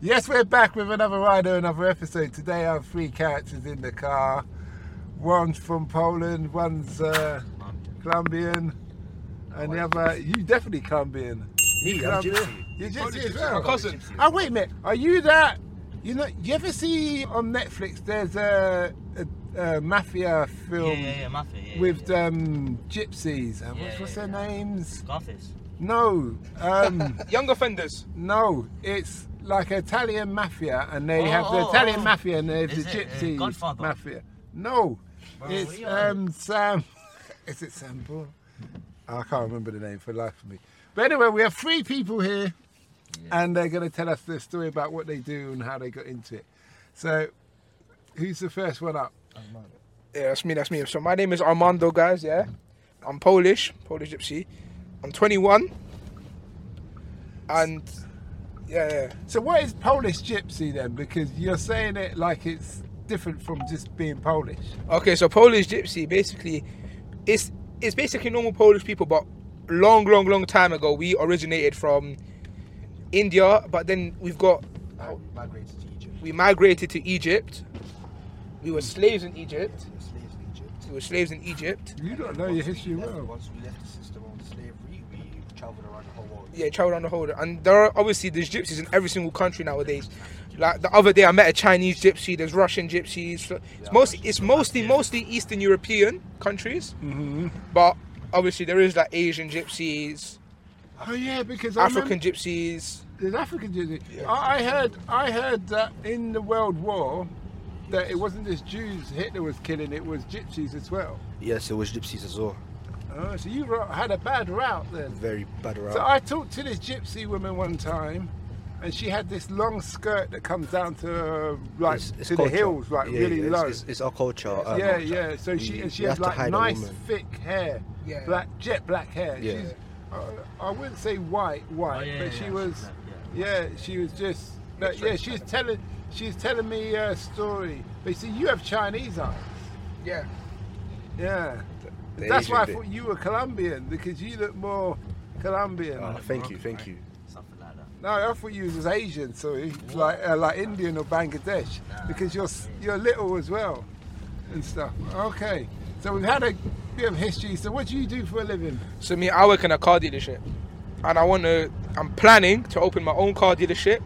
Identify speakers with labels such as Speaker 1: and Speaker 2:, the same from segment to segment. Speaker 1: Yes, we're back with another rider, another episode. Today I have three characters in the car. One's from Poland, one's uh, Colombian, and the other, you definitely Colombian.
Speaker 2: Me, I'm
Speaker 1: Colombian.
Speaker 2: gypsy.
Speaker 1: You're
Speaker 3: Probably
Speaker 1: gypsy as
Speaker 3: gypsy.
Speaker 1: well.
Speaker 3: My cousin.
Speaker 1: Oh, wait a minute. Are you that? You know, you ever see on Netflix there's a, a, a mafia
Speaker 2: Yeah,
Speaker 1: film
Speaker 2: yeah, yeah, mafia. Yeah,
Speaker 1: with
Speaker 2: yeah.
Speaker 1: um, gypsies? Uh, what's
Speaker 2: Yeah,
Speaker 1: what's
Speaker 2: yeah,
Speaker 1: their names?
Speaker 2: Scarface.
Speaker 1: No. Um,
Speaker 3: Young offenders.
Speaker 1: No, it's like Italian mafia, and they
Speaker 2: Oh,
Speaker 1: have the
Speaker 2: oh,
Speaker 1: Italian
Speaker 2: oh.
Speaker 1: mafia and they have
Speaker 2: Is
Speaker 1: the
Speaker 2: it, uh,
Speaker 1: gypsy
Speaker 2: Godfather?
Speaker 1: mafia. No,
Speaker 2: Bro,
Speaker 1: it's
Speaker 2: what are you on?
Speaker 1: um, Sam. Is it Sam Paul? I can't remember the name for the life of me. But anyway, we have three people here, and they're going to tell us their story about what they do and how they got into it. So, who's the first one up?
Speaker 3: Yeah, that's me, that's me. So my name is Armando, guys, yeah. I'm Polish, Polish gypsy. I'm 21. And yeah, yeah.
Speaker 1: So, what is Polish gypsy then? Because you're saying it like it's different from just being Polish.
Speaker 3: Okay, so Polish gypsy basically it's it's basically normal Polish people, but long, long, long time ago we originated from India, but then we've got
Speaker 4: migrated to Egypt.
Speaker 3: we migrated to Egypt. We were slaves in Egypt.
Speaker 4: We were slaves in Egypt.
Speaker 3: We were slaves in Egypt.
Speaker 1: You don't know
Speaker 4: Once
Speaker 1: your
Speaker 4: we
Speaker 1: history
Speaker 4: left-
Speaker 1: well.
Speaker 4: Once we left the system of slavery, we travelled around the whole world.
Speaker 3: yeah, travel around the whole. And there are obviously there's gypsies in every single country nowadays. Like the other day, I met a Chinese gypsy. There's Russian gypsies. so It's most. It's mostly mostly Eastern European countries.
Speaker 1: Mhm.
Speaker 3: But obviously, there is like Asian gypsies,
Speaker 1: Oh yeah, because I remember-
Speaker 3: African gypsies.
Speaker 1: There's African Jews. I I heard, I heard that in the World War, that it wasn't just Jews Hitler was killing; it was Gypsies as well.
Speaker 4: Yes, it was gypsies as well.
Speaker 1: Oh, so you ro- had a bad route then.
Speaker 4: Very bad
Speaker 1: So I talked to this Gypsy woman one time, and she had this long skirt that comes down to uh, like to the hills, like really low.
Speaker 4: our culture.
Speaker 1: yeah, yeah. So she and she had like nice thick hair,
Speaker 3: Yeah.
Speaker 1: black jet black hair.
Speaker 4: Yeah.
Speaker 1: She's, uh, I wouldn't say white, white,
Speaker 2: Oh, yeah,
Speaker 1: but
Speaker 2: yeah,
Speaker 1: she
Speaker 2: yeah,
Speaker 1: was.
Speaker 2: she's black,
Speaker 1: Yeah, she was just. But yeah, she's telling. She's telling me a story. But you see, you have Chinese eyes.
Speaker 3: Yeah.
Speaker 1: Yeah.
Speaker 4: the
Speaker 1: That's why I
Speaker 4: Asian
Speaker 1: thought you were Colombian because you look more Colombian.
Speaker 4: Oh, thank you, thank you.
Speaker 2: Something like that.
Speaker 1: No, I thought you was Asian, sorry, like uh, like Indian or Bangladesh, because you're s- you're little as well, and stuff. Okay, so we've had a bit of history. So what do you do for a living?
Speaker 3: So me, I work in a car dealership, and I want to. I'm planning to open my own car dealership,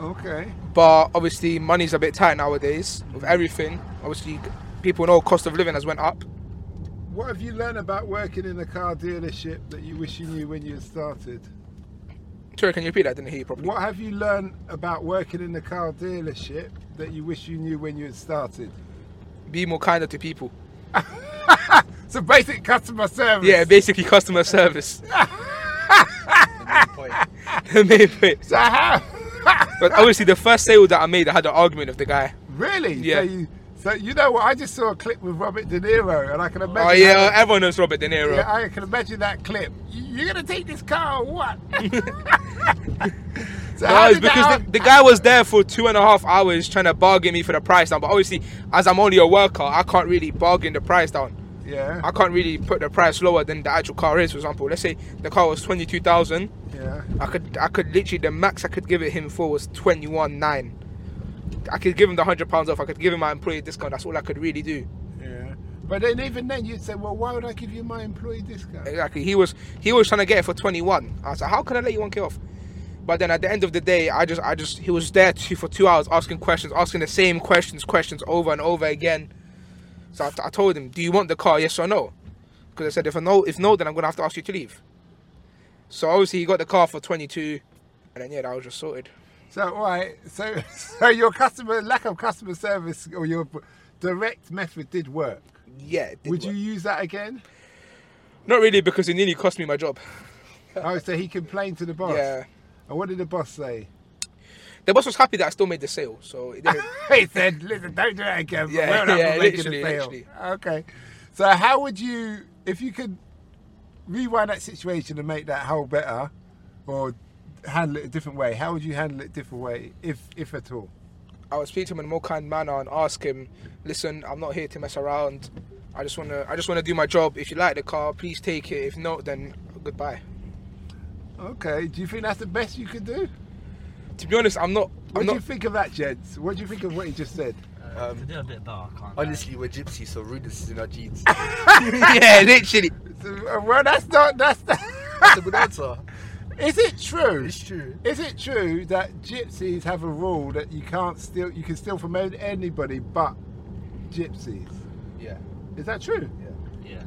Speaker 1: Okay,
Speaker 3: but obviously money's a bit tight nowadays with everything. Obviously, people know cost of living has went up.
Speaker 1: what have you learned about working in a car dealership that you wish you knew when you started?
Speaker 3: Sorry, can you repeat that? I didn't hear you properly.
Speaker 1: What have you learned about working in a car dealership that you wish you knew when you had started?
Speaker 3: Be more kinder to people.
Speaker 1: So basic customer service.
Speaker 3: Yeah, basically customer service.
Speaker 4: Point.
Speaker 3: Maybe.
Speaker 1: so how?
Speaker 3: But obviously, the first sale that I made, I had an argument with the guy.
Speaker 1: Really?
Speaker 3: Yeah.
Speaker 1: So you, so you know what? I just saw a clip with Robert De Niro, and I can imagine.
Speaker 3: Oh yeah,
Speaker 1: that-
Speaker 3: everyone knows Robert De Niro.
Speaker 1: yeah, I can imagine that clip. You- You're gonna take this car or what? so
Speaker 3: No,
Speaker 1: how
Speaker 3: it's
Speaker 1: did that
Speaker 3: because
Speaker 1: arg-
Speaker 3: the, the guy was there for two and a half hours trying to bargain me for the price down. But obviously, as I'm only a worker, I can't really bargain the price down.
Speaker 1: yeah,
Speaker 3: I can't really put the price lower than the actual car is. For example, let's say the car was twenty two thousand.
Speaker 1: yeah.
Speaker 3: I could I could literally the max I could give it him for was twenty one nine. I could give him the hundred pounds off. I could give him my employee discount. That's all I could really do.
Speaker 1: Yeah. But then even then you'd say, well, why would I give you my employee discount?
Speaker 3: Exactly. He was he was trying to get it for 21. I was like, how can I let you one k off? But then at the end of the day, I just I just he was there two, for two hours asking questions, asking the same questions, questions over and over again. So I, I told him, do you want the car? Yes or no? Because I said if I no if no, then I'm gonna have to ask you to leave. So obviously he got the car for 22, and then yeah, that was just sorted.
Speaker 1: So all right, so so your customer lack of customer service or your b- direct method did work.
Speaker 3: Yeah. it did
Speaker 1: would you
Speaker 3: work.
Speaker 1: use that again?
Speaker 3: Not really because it nearly cost me my job.
Speaker 1: oh, so he complained to the boss.
Speaker 3: Yeah.
Speaker 1: And what did the boss say?
Speaker 3: The boss was happy that I still made the sale, so it didn't.
Speaker 1: he said, "Listen, don't do that again." but
Speaker 3: Yeah,
Speaker 1: well done for
Speaker 3: yeah,
Speaker 1: making
Speaker 3: literally,
Speaker 1: the sale.
Speaker 3: literally.
Speaker 1: Okay. So how would you, if you could rewind that situation and make that whole better, or handle it a different way? How would you handle it different way, if if at all?
Speaker 3: I would speak to him in a more kind manner and ask him, listen, I'm not here to mess around. I just wanna I just wanna do my job. If you like the car, please take it. If not, then goodbye.
Speaker 1: Okay. Do you think that's the best you could do?
Speaker 3: to be honest, I'm not.
Speaker 1: What
Speaker 3: I'm
Speaker 1: do
Speaker 3: not.
Speaker 1: you think of that, gents? What do you think of what he just said?
Speaker 2: Um,
Speaker 4: Um,
Speaker 2: to do a bit better, I can't. lie.
Speaker 4: Honestly, we're gypsies, so rudeness is in our genes.
Speaker 3: yeah, literally.
Speaker 1: So, uh, well, that's not. That's.
Speaker 4: That's a good answer.
Speaker 1: is it true?
Speaker 4: It's true.
Speaker 1: Is it true that gypsies have a rule that you can't steal? You can steal from an- anybody but gypsies.
Speaker 4: Yeah,
Speaker 1: Is that true?
Speaker 2: Yeah.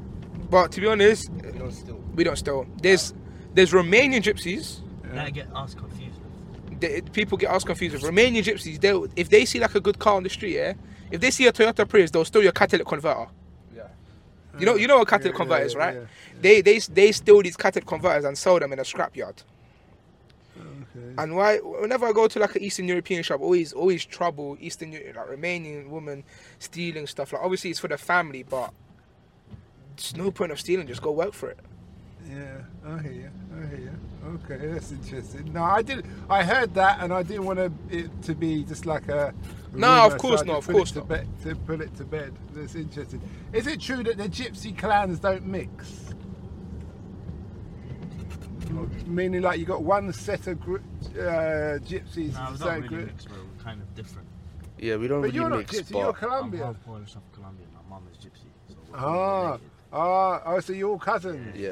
Speaker 3: But to be honest,
Speaker 4: we don't steal.
Speaker 3: we don't steal. There's there's Romanian gypsies.
Speaker 2: That get us confused.
Speaker 3: They, people get us confused with Romanian gypsies. They will if they see like a good car on the street, yeah. If they see a Toyota Prius, they'll steal your catalytic converter.
Speaker 4: Yeah.
Speaker 3: You know, you know what catalytic
Speaker 1: Yeah,
Speaker 3: converter
Speaker 1: yeah,
Speaker 3: is,
Speaker 1: yeah,
Speaker 3: right?
Speaker 1: yeah,
Speaker 3: They they they steal these catalytic converters and sell them in a scrapyard.
Speaker 1: Okay.
Speaker 3: And why? Whenever I go to like an Eastern European shop, always always trouble Eastern Eu- like Romanian woman stealing stuff. Like obviously it's for the family, but there's no point of stealing. Just go work for it.
Speaker 1: Yeah, I hear you. I hear you. Okay, that's interesting. No, I did. I heard that, and I didn't want to, it to be just like a.
Speaker 3: No,
Speaker 1: rumour,
Speaker 3: of course
Speaker 1: I
Speaker 3: not,
Speaker 1: just
Speaker 3: of
Speaker 1: put it
Speaker 3: course
Speaker 1: to
Speaker 3: not.
Speaker 1: Bed, to put it to bed. That's interesting. Is it true that the gypsy clans don't mix? M- Meaning, like you got one set of gr- uh, gypsies,
Speaker 2: No,
Speaker 1: and
Speaker 2: we
Speaker 1: so
Speaker 2: don't
Speaker 1: gr-
Speaker 2: really mix, bro. We're kind of different.
Speaker 4: Yeah, we don't
Speaker 1: but you're
Speaker 4: really
Speaker 1: not
Speaker 4: mix.
Speaker 1: gypsy. You're
Speaker 2: I'm
Speaker 1: Colombian.
Speaker 2: half Polish, half Colombian. My mum is gypsy. So we're all
Speaker 1: Ah,
Speaker 2: related.
Speaker 1: ah, oh, so you're all cousins.
Speaker 4: Yeah.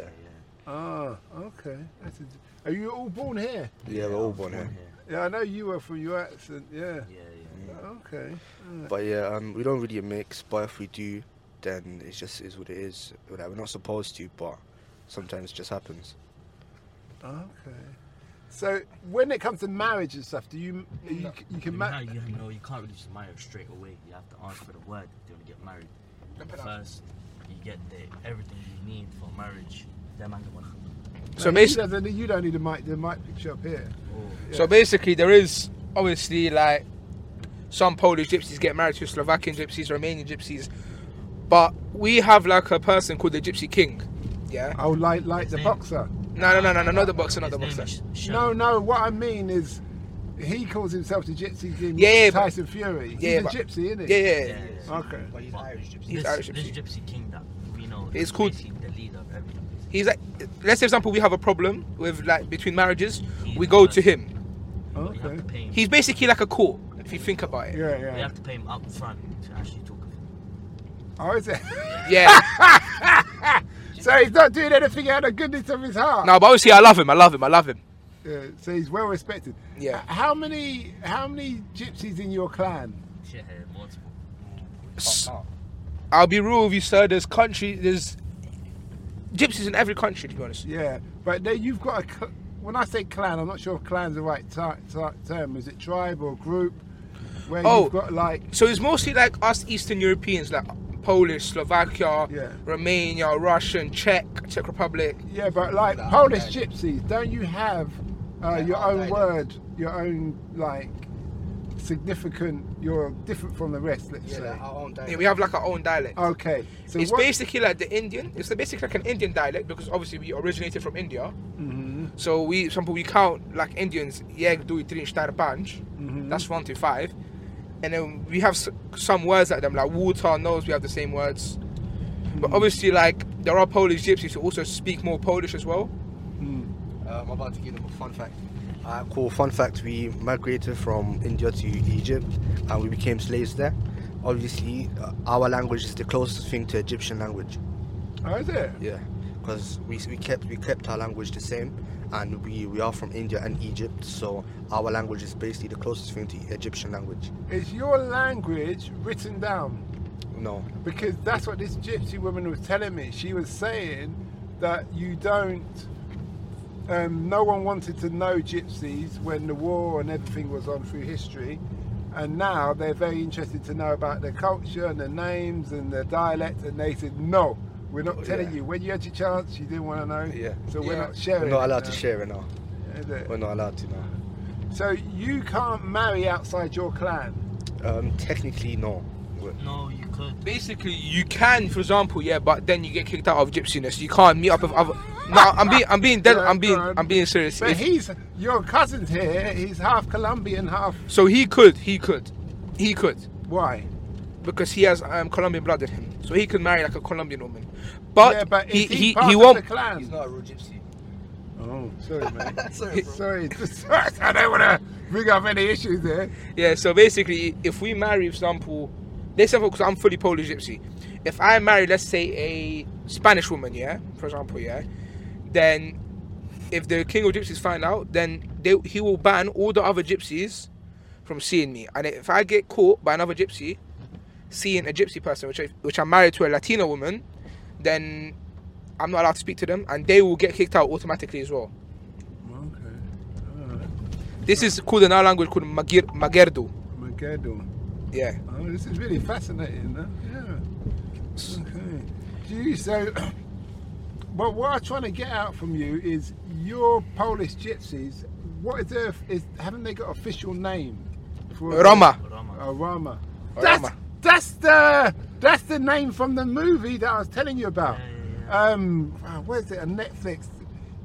Speaker 1: Ah, okay. That's int- Are you all born here?
Speaker 4: but, yeah, we're all born here.
Speaker 1: Yeah, I know you were from your accent. Yeah.
Speaker 2: Yeah, yeah.
Speaker 1: Okay.
Speaker 4: But yeah, um, we don't really mix. But if we do, then it just is what it is. Like, we're not supposed to, but sometimes it just happens.
Speaker 1: Okay. So when it comes to marriage and stuff, do you you, you
Speaker 2: You,
Speaker 1: can
Speaker 2: know,
Speaker 1: marry?
Speaker 2: you know, you can't really just marry her straight away. You have to ask for the word if you want to get married. First, you get the, everything you need for marriage. Then man get one.
Speaker 3: So basically.
Speaker 1: you don't need a mic. The mic picture up here.
Speaker 2: Oh,
Speaker 3: So basically, there is obviously like some Polish gypsies get married to Slovakian gypsies, Romanian gypsies, but we have like a person called the Gypsy King. Yeah.
Speaker 1: Oh, like like the
Speaker 2: His name-
Speaker 1: boxer.
Speaker 3: No, no, no, no, no, not the boxer, not the
Speaker 2: his
Speaker 3: boxer.
Speaker 2: name is Sh-
Speaker 1: No, no. What I mean is, he calls himself the Gypsy King.
Speaker 3: Yeah, yeah, but-
Speaker 1: Tyson Fury.
Speaker 3: yeah,
Speaker 1: He's
Speaker 3: but-
Speaker 1: a gypsy, isn't he?
Speaker 3: Yeah, yeah.
Speaker 2: Yeah,
Speaker 3: yeah.
Speaker 2: yeah.
Speaker 1: Okay.
Speaker 4: But he's Irish gypsy.
Speaker 3: He's
Speaker 2: this,
Speaker 3: Irish
Speaker 2: this
Speaker 3: gypsy.
Speaker 2: gypsy king that we know is
Speaker 3: It's called-
Speaker 2: basically the leader of everything.
Speaker 3: He's like, let's say, for example, we have a problem with like between marriages,
Speaker 2: He's
Speaker 3: we
Speaker 2: the
Speaker 3: go
Speaker 2: first.
Speaker 3: to him.
Speaker 2: But You have
Speaker 1: Okay.
Speaker 2: to pay him.
Speaker 3: He's basically like a court, if you think about it.
Speaker 1: Yeah,
Speaker 2: you
Speaker 1: yeah.
Speaker 2: have to pay him up front to actually talk of him.
Speaker 1: Oh, is it?
Speaker 3: Yeah.
Speaker 1: so he's not doing anything out of goodness of his heart.
Speaker 3: no, but obviously, I love him. I love him. I love him.
Speaker 1: Yeah, so he's well respected.
Speaker 3: Yeah.
Speaker 1: H- How many how many gypsies in your clan?
Speaker 2: Yeah, multiple.
Speaker 3: S-
Speaker 1: Oh,
Speaker 3: I'll be real with you, sir. There's country, there's gypsies in every country, to be honest.
Speaker 1: Yeah, but there you've got a. Cl- when I say clan, I'm not sure if clan's the right ti ti term. Is it tribe or group? Where
Speaker 3: Oh.
Speaker 1: you've got like
Speaker 3: So it's mostly like us Eastern Europeans, like Polish, Slovakia,
Speaker 1: Yeah.
Speaker 3: Romania, Russian, Czech, Czech Republic.
Speaker 1: yeah, but like
Speaker 4: Nah,
Speaker 1: Polish
Speaker 4: okay.
Speaker 1: gypsies, don't you have uh,
Speaker 4: Yeah,
Speaker 1: your
Speaker 4: I'll
Speaker 1: own
Speaker 4: take it.
Speaker 1: word, your own like significant? You're different from the rest. Let's say.
Speaker 4: our own
Speaker 3: Yeah, we have like our own dialect.
Speaker 1: Okay, so
Speaker 3: it's
Speaker 1: what-
Speaker 3: basically like the Indian. It's basically like an Indian dialect because obviously we originated from India.
Speaker 1: Mhm,
Speaker 3: So we, for example, we count like Indians, yeg, dui, trin, shtar, panch.
Speaker 1: mhm.
Speaker 3: That's one to five. And then we have s- some words like them, like water, nose, we have the same words.
Speaker 1: Mm-hmm.
Speaker 3: But obviously, like, there are Polish gypsies who also speak more Polish as well.
Speaker 1: Mm.
Speaker 4: Um, I'm about to give them a fun fact. Uh, cool. Fun fact: We migrated from India to Egypt, and we became slaves there. Obviously, uh, our language is the closest thing to Egyptian language.
Speaker 1: Oh, is it?
Speaker 4: Yeah, because we, we kept we kept our language the same, and we, we are from India and Egypt, so our language is basically the closest thing to Egyptian language.
Speaker 1: Is your language written down?
Speaker 4: No,
Speaker 1: because that's what this gypsy woman was telling me. She was saying that you don't. Um, no one wanted to know gypsies when the war and everything was on through history, and now they're very interested to know about their culture and their names and their dialect. And they said, "No, we're not
Speaker 4: Oh,
Speaker 1: telling
Speaker 4: yeah.
Speaker 1: you." When you had your chance, you didn't want to know.
Speaker 4: Yeah.
Speaker 1: So we're
Speaker 3: Yeah.
Speaker 1: not
Speaker 4: we're
Speaker 1: sharing.
Speaker 4: not
Speaker 1: it
Speaker 4: allowed to
Speaker 1: now,
Speaker 4: share it now.
Speaker 1: is it?
Speaker 4: We're not allowed to now.
Speaker 1: So you can't marry outside your clan.
Speaker 4: Um, technically, no. We're-
Speaker 2: No, you could.
Speaker 3: Basically, you can, for example, yeah, but then you get kicked out of gypsiness. You can't meet up with other. No, I'm being, I'm being dead.
Speaker 1: Yeah,
Speaker 3: I'm being,
Speaker 1: go on.
Speaker 3: I'm being serious.
Speaker 1: But
Speaker 3: If-
Speaker 1: he's your cousin's here. He's half Colombian, half
Speaker 3: so he could, he could, he could,
Speaker 1: why?
Speaker 3: because he has um, Colombian blood in him, so he could marry like a Colombian woman. But,
Speaker 1: yeah, but
Speaker 3: he,
Speaker 1: is he,
Speaker 3: he,
Speaker 1: part
Speaker 3: he
Speaker 1: of
Speaker 3: won't.
Speaker 1: The clan?
Speaker 4: He's not a real gypsy.
Speaker 1: Oh, sorry, mate.
Speaker 4: Sorry, bro.
Speaker 1: sorry, just, I don't want to we got any issues there.
Speaker 3: Yeah, so basically, if we marry, for example, let's say, because I'm fully Polish gypsy, if I marry, let's say, a Spanish woman, yeah, for example, yeah, then if the king of gypsies find out, then they, he will ban all the other gypsies from seeing me. And if I get caught by another gypsy seeing a gypsy person, which I, which I'm married to a Latina woman, then I'm not allowed to speak to them, and they will get kicked out automatically as well.
Speaker 1: Okay.
Speaker 3: This is called in our language called magir, magerdo.
Speaker 1: Mageddon.
Speaker 3: Yeah.
Speaker 1: Oh, this is really fascinating. Huh? Yeah. Okay. Gee, so, but what I'm trying to get out from you is your Polish gypsies. What is their? Is haven't they got official name? For
Speaker 3: Roma.
Speaker 2: Roma.
Speaker 1: Oh, Roma.
Speaker 3: Oh,
Speaker 1: That's
Speaker 3: Roma.
Speaker 1: that's the that's the name from the movie that I was telling you about.
Speaker 2: Yeah,
Speaker 1: Um, wow, where's it? On Netflix.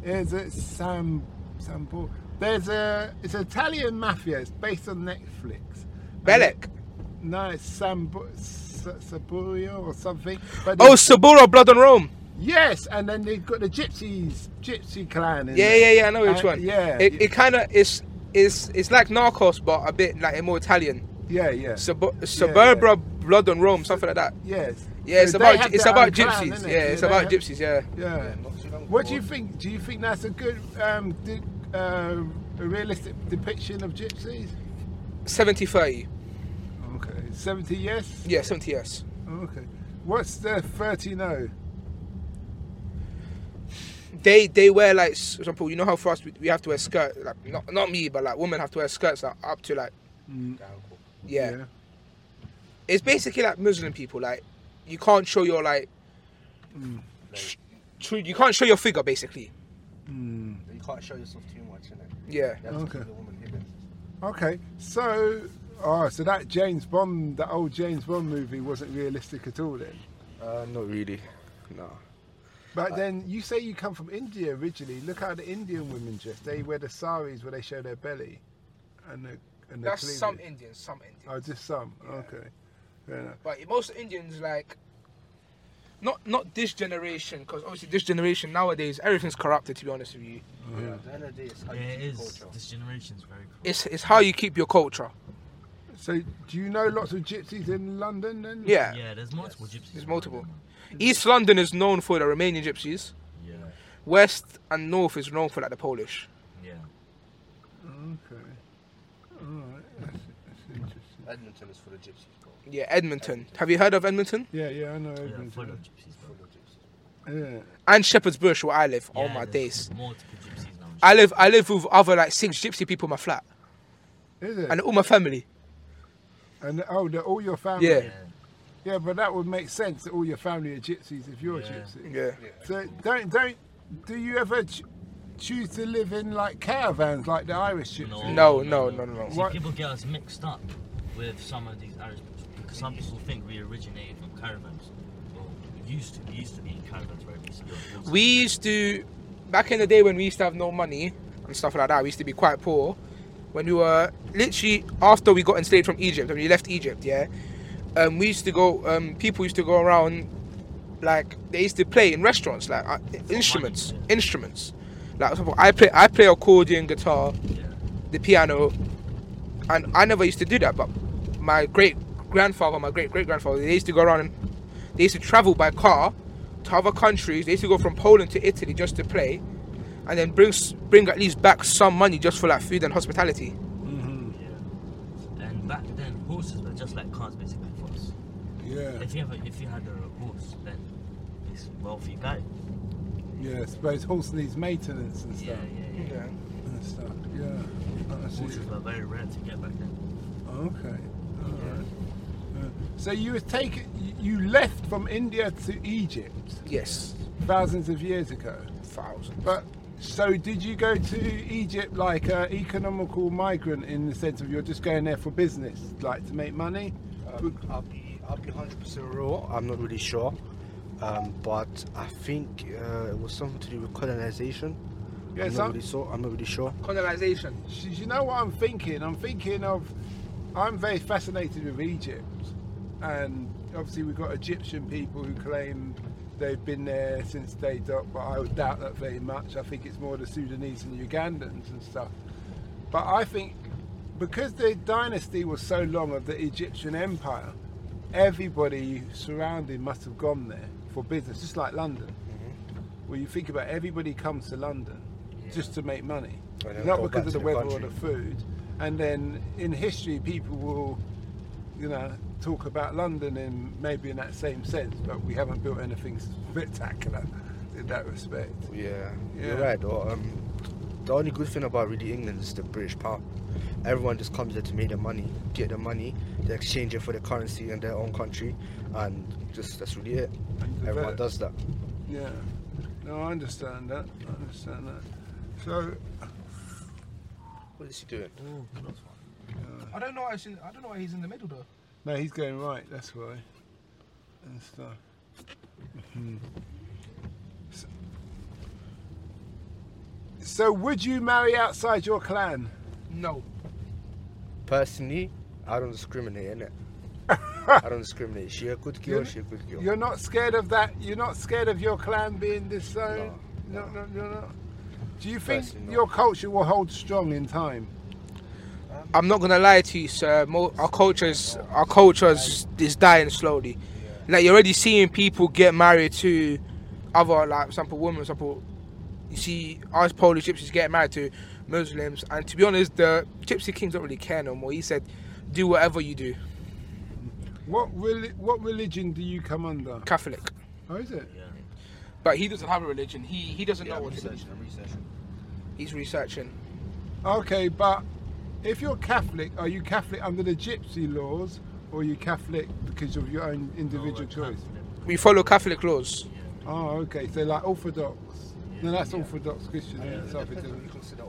Speaker 1: Is it Sam Sam Paul? There's a it's Italian mafia. It's based on Netflix.
Speaker 3: Belek.
Speaker 1: No, it's Sambu- S- Saburio or something. But
Speaker 3: Oh,
Speaker 1: they-
Speaker 3: Saburo, Blood on Rome.
Speaker 1: yes, and then they've got the gypsies, gypsy clan. In
Speaker 3: Yeah,
Speaker 1: there.
Speaker 3: yeah, yeah. I know which
Speaker 1: Uh,
Speaker 3: one.
Speaker 1: yeah,
Speaker 3: It,
Speaker 1: yeah.
Speaker 3: it kind of is. It's, it's like Narcos, but a bit like more Italian.
Speaker 1: yeah, yeah.
Speaker 3: Sub- Suburbia, Blood on Rome, something like that.
Speaker 1: yes.
Speaker 3: Yeah, it's
Speaker 1: So they
Speaker 3: about
Speaker 1: have
Speaker 3: it's
Speaker 1: their
Speaker 3: about
Speaker 1: own clan,
Speaker 3: gypsies.
Speaker 1: innit?
Speaker 3: yeah, it's
Speaker 1: they
Speaker 3: about
Speaker 1: have-
Speaker 3: gypsies. Yeah.
Speaker 1: Yeah.
Speaker 4: not too long
Speaker 1: What do you
Speaker 4: ago.
Speaker 1: think? Do you think that's a good, um, d- uh, a realistic depiction of gypsies?
Speaker 3: 70 30.
Speaker 1: Okay, seventy yes.
Speaker 3: Yeah, 70 yes.
Speaker 1: Okay, what's the thirty no?
Speaker 3: They they wear like s- for example, you know how for us we, we have to wear skirt like not not me, but like women have to wear skirts like up to like Mm. yeah. It's basically like Muslim people, like you can't show your like Mm. tr- tr- you can't show your figure basically.
Speaker 1: Mm.
Speaker 4: You can't show yourself too much, innit?
Speaker 3: Yeah.
Speaker 4: You have to
Speaker 1: Okay.
Speaker 4: keep the woman hidden.
Speaker 1: Okay, so oh, so that James Bond, that old James Bond movie, wasn't realistic at all then.
Speaker 4: Uh, not really. No.
Speaker 1: But
Speaker 3: Uh,
Speaker 1: then you say you come from India originally. Look how the Indian women dress. They wear the saris where they show their belly, and the and the
Speaker 3: That's
Speaker 1: cleavage.
Speaker 3: some Indians, some Indians.
Speaker 1: Oh, just some. Okay, fair enough.
Speaker 3: But most Indians like not not this generation because obviously this generation nowadays everything's corrupted to be honest with you.
Speaker 4: Yeah, At the end of the day,
Speaker 3: Ah.
Speaker 4: it's how
Speaker 2: Yeah, it
Speaker 4: you keep
Speaker 2: is.
Speaker 4: culture.
Speaker 2: This generation's very cool.
Speaker 3: It's it's how you keep your culture.
Speaker 1: So do you know lots of gypsies in London then?
Speaker 3: Yeah.
Speaker 2: Yeah, there's multiple gypsies.
Speaker 3: There's multiple. East London is known for the Romanian gypsies.
Speaker 2: Yeah,
Speaker 3: West and North is known for like the Polish.
Speaker 2: yeah.
Speaker 1: Okay. All right. That's, that's interesting.
Speaker 4: Edmonton is full of gypsies, bro.
Speaker 3: Yeah, Edmonton. Have you heard of Edmonton?
Speaker 1: Yeah, yeah, I know.
Speaker 2: Yeah,
Speaker 1: Edmonton.
Speaker 2: full of gypsies, bro.
Speaker 4: Full of gypsies.
Speaker 1: Yeah.
Speaker 3: And Shepherd's Bush, where I live. oh
Speaker 2: Yeah,
Speaker 3: my
Speaker 2: there's
Speaker 3: days.
Speaker 2: Multiple gypsies now.
Speaker 3: I live I live with other like six gypsy people in my flat.
Speaker 1: Is it?
Speaker 3: And
Speaker 1: And,
Speaker 3: all my family.
Speaker 1: oh, they're all your family.
Speaker 3: Yeah.
Speaker 2: Yeah.
Speaker 1: Yeah, but that would make sense that all your family are gypsies if you're a
Speaker 2: Yeah.
Speaker 1: gypsy.
Speaker 3: Yeah.
Speaker 1: So don't don't. Do you ever ch- choose to live in like caravans like the Irish gypsies?
Speaker 3: No, no, no, no, no.
Speaker 2: See,
Speaker 1: What-
Speaker 2: people get us mixed up with some of these Irish people because some people think we originated from caravans. Well, we used to. We used to be in caravans, right? We used to be on hills.
Speaker 3: We used to, back in the day when we used to have no money and stuff like that, we used to be quite poor. When we were literally after we got enslaved from Egypt, when we left Egypt, yeah, um, we used to go. Um, people used to go around, like they used to play in restaurants, like uh, instruments,
Speaker 2: yeah.
Speaker 3: instruments. Like for example, I play, I play accordion, guitar,
Speaker 2: Yeah.
Speaker 3: the piano, and I never used to do that. But my great grandfather, my great great grandfather, they used to go around and they used to travel by car to other countries. They used to go from Poland to Italy just to play, and then bring s- bring at least back some money just for like food and hospitality.
Speaker 1: Mm-hmm.
Speaker 2: yeah. And back then, horses were just like cars, basically for us.
Speaker 1: Yeah.
Speaker 2: If you have, a, if you had a horse, then it's a wealthy guy.
Speaker 1: Yeah. I suppose horse needs maintenance and stuff.
Speaker 2: Yeah, yeah, yeah.
Speaker 3: Yeah.
Speaker 1: And stuff. Yeah. Oh, I see.
Speaker 2: Horses were very rare to get back then.
Speaker 1: Okay. All right. Uh, So you were taken, you left from India to Egypt
Speaker 3: Yes.
Speaker 1: thousands of years ago.
Speaker 3: Thousand.
Speaker 1: But so did you go to Egypt like an economical migrant in the sense of you're just going there for business, like to make money?
Speaker 4: Um, I'll be, I'll be 100% real. I'm not really sure. Um, but I think uh, it was something to do with colonization.
Speaker 1: Yeah,
Speaker 4: I'm not
Speaker 1: some-
Speaker 4: really sure. I'm not really sure.
Speaker 3: Colonization.
Speaker 1: Do you know what I'm thinking? I'm thinking of, I'm very fascinated with Egypt, and obviously we've got Egyptian people who claim they've been there since day dot, but I would doubt that very much. I think it's more the Sudanese and Ugandans and stuff. But I think because the dynasty was so long of the Egyptian Empire, everybody surrounding must have gone there for business, just like London.
Speaker 4: Mm-hmm.
Speaker 1: Well, you think about it, everybody comes to London just to make money,
Speaker 4: Or they'll
Speaker 1: not
Speaker 4: go
Speaker 1: because
Speaker 4: back
Speaker 1: of the
Speaker 4: to the
Speaker 1: weather or
Speaker 4: country.
Speaker 1: the food. And then in history, people will, you know, talk about London in maybe in that same sense, but we haven't built anything spectacular in that respect.
Speaker 4: Yeah, you're
Speaker 1: Yeah.
Speaker 4: right. Or, um, the only good thing about really England is the British pound. Everyone just comes there to make their money, get their money, they exchange it for the currency in their own country, and just that's really it.
Speaker 1: And
Speaker 4: Everyone
Speaker 1: develop.
Speaker 4: does that.
Speaker 1: Yeah. No, I understand that. I understand that. So,
Speaker 4: What is he doing?
Speaker 3: I don't know. Why it's in, I don't know why he's in the middle though.
Speaker 1: uh, no, he's going right, that's why. And stuff. Mhm. So- So, would you marry outside your clan?
Speaker 3: No.
Speaker 4: Personally, I don't discriminate in it. I don't discriminate. She a good girl,
Speaker 1: You're-
Speaker 4: she a good girl.
Speaker 1: You're not scared of that? You're not scared of your clan being disowned?
Speaker 4: No,
Speaker 1: no, you're not. Do you think
Speaker 4: Personally, no.
Speaker 1: your culture will hold strong in time?
Speaker 3: I'm not gonna lie to you, sir. Mo- our culture is our culture is, is dying slowly. Like you're already seeing people get married to other, like for example, women. For example, you see us Polish gypsies getting married to Muslims, and to be honest, the gypsy kings don't really care no more. He said, "Do whatever you do."
Speaker 1: What reli- what religion do you come under?
Speaker 3: Catholic,
Speaker 1: How is it?
Speaker 2: Yeah.
Speaker 3: but he doesn't have a religion. He he doesn't know
Speaker 2: I'm
Speaker 3: what it is.
Speaker 2: researching, I'm researching.
Speaker 3: He's researching.
Speaker 1: Okay, but if you're Catholic, are you Catholic under the Gypsy laws, or are you Catholic because of your own individual
Speaker 2: Oh,
Speaker 1: choice?
Speaker 3: We follow Catholic laws.
Speaker 1: Oh, okay. So like Orthodox. No, that's Orthodox Christian.
Speaker 2: Yeah.
Speaker 1: Yeah. Something different.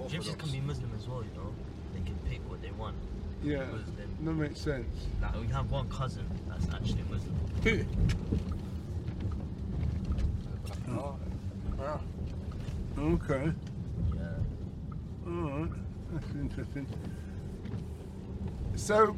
Speaker 2: Gypsies can be Muslim as well, you know. They can pick what they want.
Speaker 1: yeah.
Speaker 2: Muslim.
Speaker 1: That makes sense.
Speaker 2: Like, we have one cousin that's actually Muslim.
Speaker 3: Who?
Speaker 1: Okay.
Speaker 2: Yeah.
Speaker 1: All right. That's interesting. So,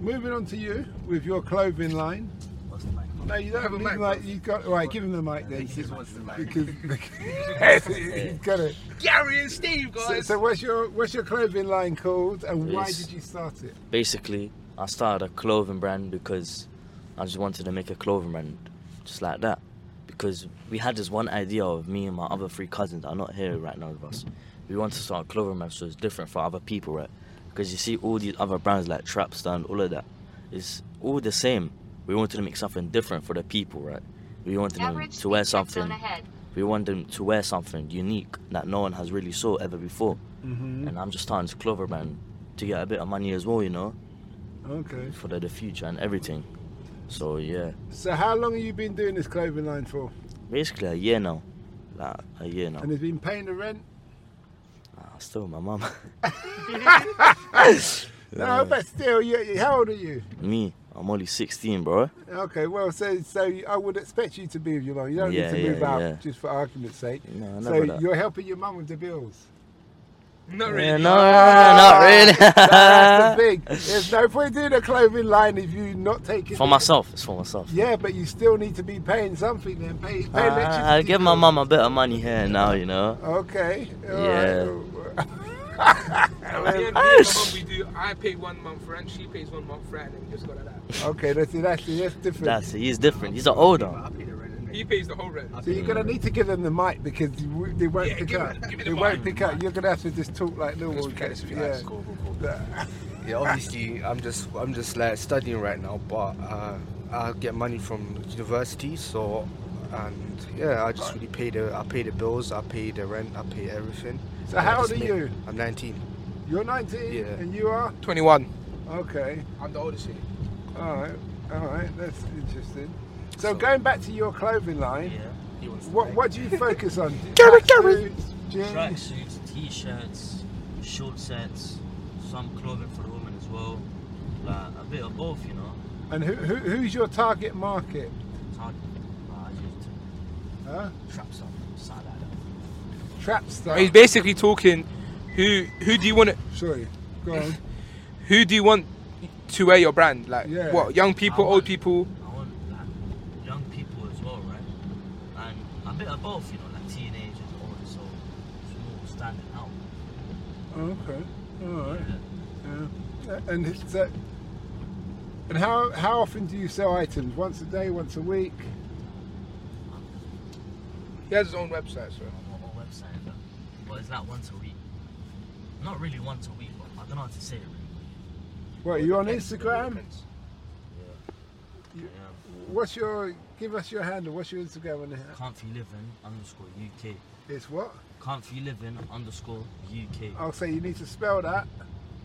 Speaker 1: moving on to you with your clothing line.
Speaker 2: What's the mic?
Speaker 1: No, you don't have a mic. you got right. Give him the mic then.
Speaker 2: He just wants the mic.
Speaker 1: Because, because he's got it.
Speaker 3: Gary and Steve,
Speaker 1: So,
Speaker 3: guys.
Speaker 1: so what's your what's your clothing line called, and why
Speaker 5: It's-
Speaker 1: did you start it?
Speaker 5: Basically, I started a clothing brand because I just wanted to make a clothing brand just like that. Because we had this one idea of me and my other three cousins that are not here right now with us. We wanted to start a clothing brand so it's different for other people, right? Because you see all these other brands like Trapstar and all of that, it's all the same. We wanted to make something different for the people, right? We wanted them
Speaker 6: Average
Speaker 5: to wear
Speaker 6: speed check zone
Speaker 5: something.
Speaker 6: ahead.
Speaker 5: We want them to wear something unique that no one has really saw ever before. And I'm just starting to clover brand to get a bit of money as well, you know,
Speaker 1: Okay.
Speaker 5: for the, the future and everything. So yeah,
Speaker 1: So how long have you been doing this clothing line for?
Speaker 5: basically a year now, like a year now.
Speaker 1: And has been paying the rent?
Speaker 5: Ah, still my mum.
Speaker 1: No, but still, you, you- how old are you?
Speaker 5: Me, I'm only 16, bro.
Speaker 1: Okay, well, so so I would expect you to be with your mum. You don't
Speaker 5: Yeah,
Speaker 1: need to
Speaker 5: yeah,
Speaker 1: move out
Speaker 5: yeah.
Speaker 1: just for argument's sake.
Speaker 5: No,
Speaker 1: so
Speaker 5: never that.
Speaker 1: you're helping your mum with the bills.
Speaker 3: Not
Speaker 5: Yeah,
Speaker 3: really.
Speaker 5: no, not
Speaker 1: That- that's the
Speaker 5: really.
Speaker 1: thing. There's no point doing a clothing line if you not taking
Speaker 5: for
Speaker 1: the-
Speaker 5: myself, it's for myself.
Speaker 1: Yeah, but you still need to be paying something. Then pay. pay
Speaker 5: Ah,
Speaker 1: electricity
Speaker 5: I give my
Speaker 1: bills.
Speaker 5: mum a bit of money here and now, you know.
Speaker 1: Okay. all
Speaker 5: Yeah.
Speaker 1: right.
Speaker 3: At the end of the year, my mum, we do. I pay one month rent, she pays one month rent, and we just go like that.
Speaker 1: Okay, that's that's that's different.
Speaker 5: That's he's different. He's an older.
Speaker 3: He pays the whole rent.
Speaker 1: so you're gonna need to give them the mic because you w- they won't
Speaker 3: Yeah,
Speaker 1: pick
Speaker 3: give
Speaker 1: up.
Speaker 3: it- give it
Speaker 1: they
Speaker 3: the
Speaker 1: won't
Speaker 3: mic.
Speaker 1: pick up. You're gonna have to just talk like little ones. Yeah.
Speaker 4: Yeah, obviously, I'm just I'm just like studying right now, but uh, I get money from university, so and yeah, I just really pay the I pay the bills, I pay the rent, I pay everything.
Speaker 1: So
Speaker 4: I
Speaker 1: how old
Speaker 4: just
Speaker 1: are
Speaker 4: make-
Speaker 1: you?
Speaker 4: I'm 19.
Speaker 1: You're 19,
Speaker 4: Yeah.
Speaker 1: and you are
Speaker 3: 21.
Speaker 1: okay.
Speaker 3: I'm the oldest here.
Speaker 1: All right, all right. That's interesting. So, going back to your clothing line, what what do you focus on?
Speaker 3: Gary, Gary.
Speaker 1: Tracksuits, jeans?
Speaker 2: Tracksuits, t-shirts, short sets, some clothing for the women as well. Like a bit of both, you know.
Speaker 1: And who, who who's your target market?
Speaker 2: It's hard. But I used
Speaker 1: Huh?
Speaker 2: to trap some side like that.
Speaker 1: Trap stuff.
Speaker 3: He's basically talking. Who who do you want?
Speaker 1: Sorry, go on.
Speaker 3: Who do you want to wear your brand? Like
Speaker 1: Yeah.
Speaker 3: what? Young people,
Speaker 2: I
Speaker 3: old
Speaker 2: want-
Speaker 3: people.
Speaker 2: I want like young people as well, right? And a bit of both, you know, like teenagers, older, so it's more standing out.
Speaker 1: Okay, all right.
Speaker 2: Yeah.
Speaker 1: Yeah. And it's, uh, and how how often do you sell items? Once a day, once a week?
Speaker 3: He has his own website, so.
Speaker 2: on our website. But, but it's like once a week. Not really once a week, but I don't know how to say it really.
Speaker 1: What are you on
Speaker 3: Depends,
Speaker 1: Instagram?
Speaker 3: depends.
Speaker 1: You-
Speaker 2: Yeah.
Speaker 1: What's your give us your handle? What's your Instagram? And
Speaker 2: Comfy living underscore UK.
Speaker 1: it's what?
Speaker 2: Comfy living underscore UK.
Speaker 1: I'll say you need to spell that.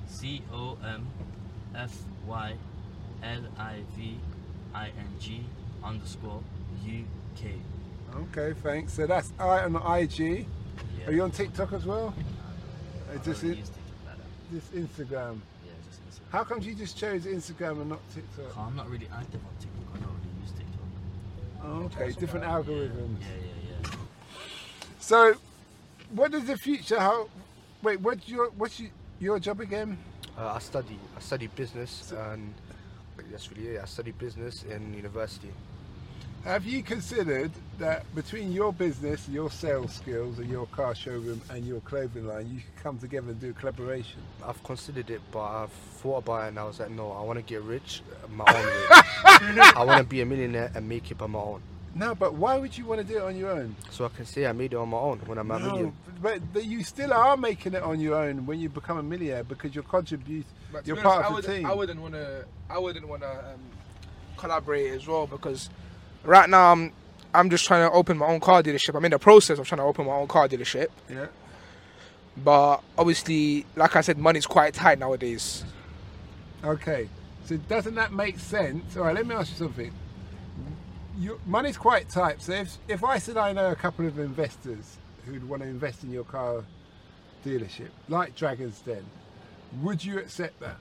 Speaker 2: C O M F Y L I V I N G underscore UK.
Speaker 1: Okay, thanks. So that's I on IG.
Speaker 2: Yeah.
Speaker 1: Are you on TikTok as well?
Speaker 2: I
Speaker 1: It's just
Speaker 2: don't
Speaker 1: in-
Speaker 2: use TikTok like that.
Speaker 1: just Instagram.
Speaker 2: Yeah, just Instagram.
Speaker 1: How comes you just chose Instagram and not TikTok?
Speaker 2: I'm not really active on TikTok. I don't really use TikTok.
Speaker 1: Oh, okay, different
Speaker 2: Yeah,
Speaker 1: algorithms.
Speaker 2: Yeah, yeah, yeah.
Speaker 1: So, what is the future? How? Wait, what's your what's your, your job again?
Speaker 4: Uh, I study I study business and that's really it. I study business in university.
Speaker 1: Have you considered that between your business, your sales skills, and your car showroom and your clothing line, you could come together and do a collaboration?
Speaker 4: I've considered it, but I've thought about it and I was like, no, I want to get rich uh, my own way. I want to be a millionaire and make it by my own.
Speaker 1: No, but why would you want to do it on your own?
Speaker 4: So I can say I made it on my own when I'm a
Speaker 1: No,
Speaker 4: million.
Speaker 1: but but you still are making it on your own when you become a millionaire because you're contribute.
Speaker 3: But to
Speaker 1: You're
Speaker 3: be
Speaker 1: part
Speaker 3: honest,
Speaker 1: of the
Speaker 3: I
Speaker 1: team.
Speaker 3: would, I wouldn't want to. I wouldn't want to um, collaborate as well because right now I'm, I'm just trying to open my own car dealership. I'm in the process of trying to open my own car dealership,
Speaker 1: Yeah.
Speaker 3: but obviously, like I said, money's quite tight nowadays.
Speaker 1: Okay. So doesn't that make sense? All right. Let me ask you something. Your money's quite tight. So if if I said I know a couple of investors who'd want to invest in your car dealership, like Dragons Den, would you accept that?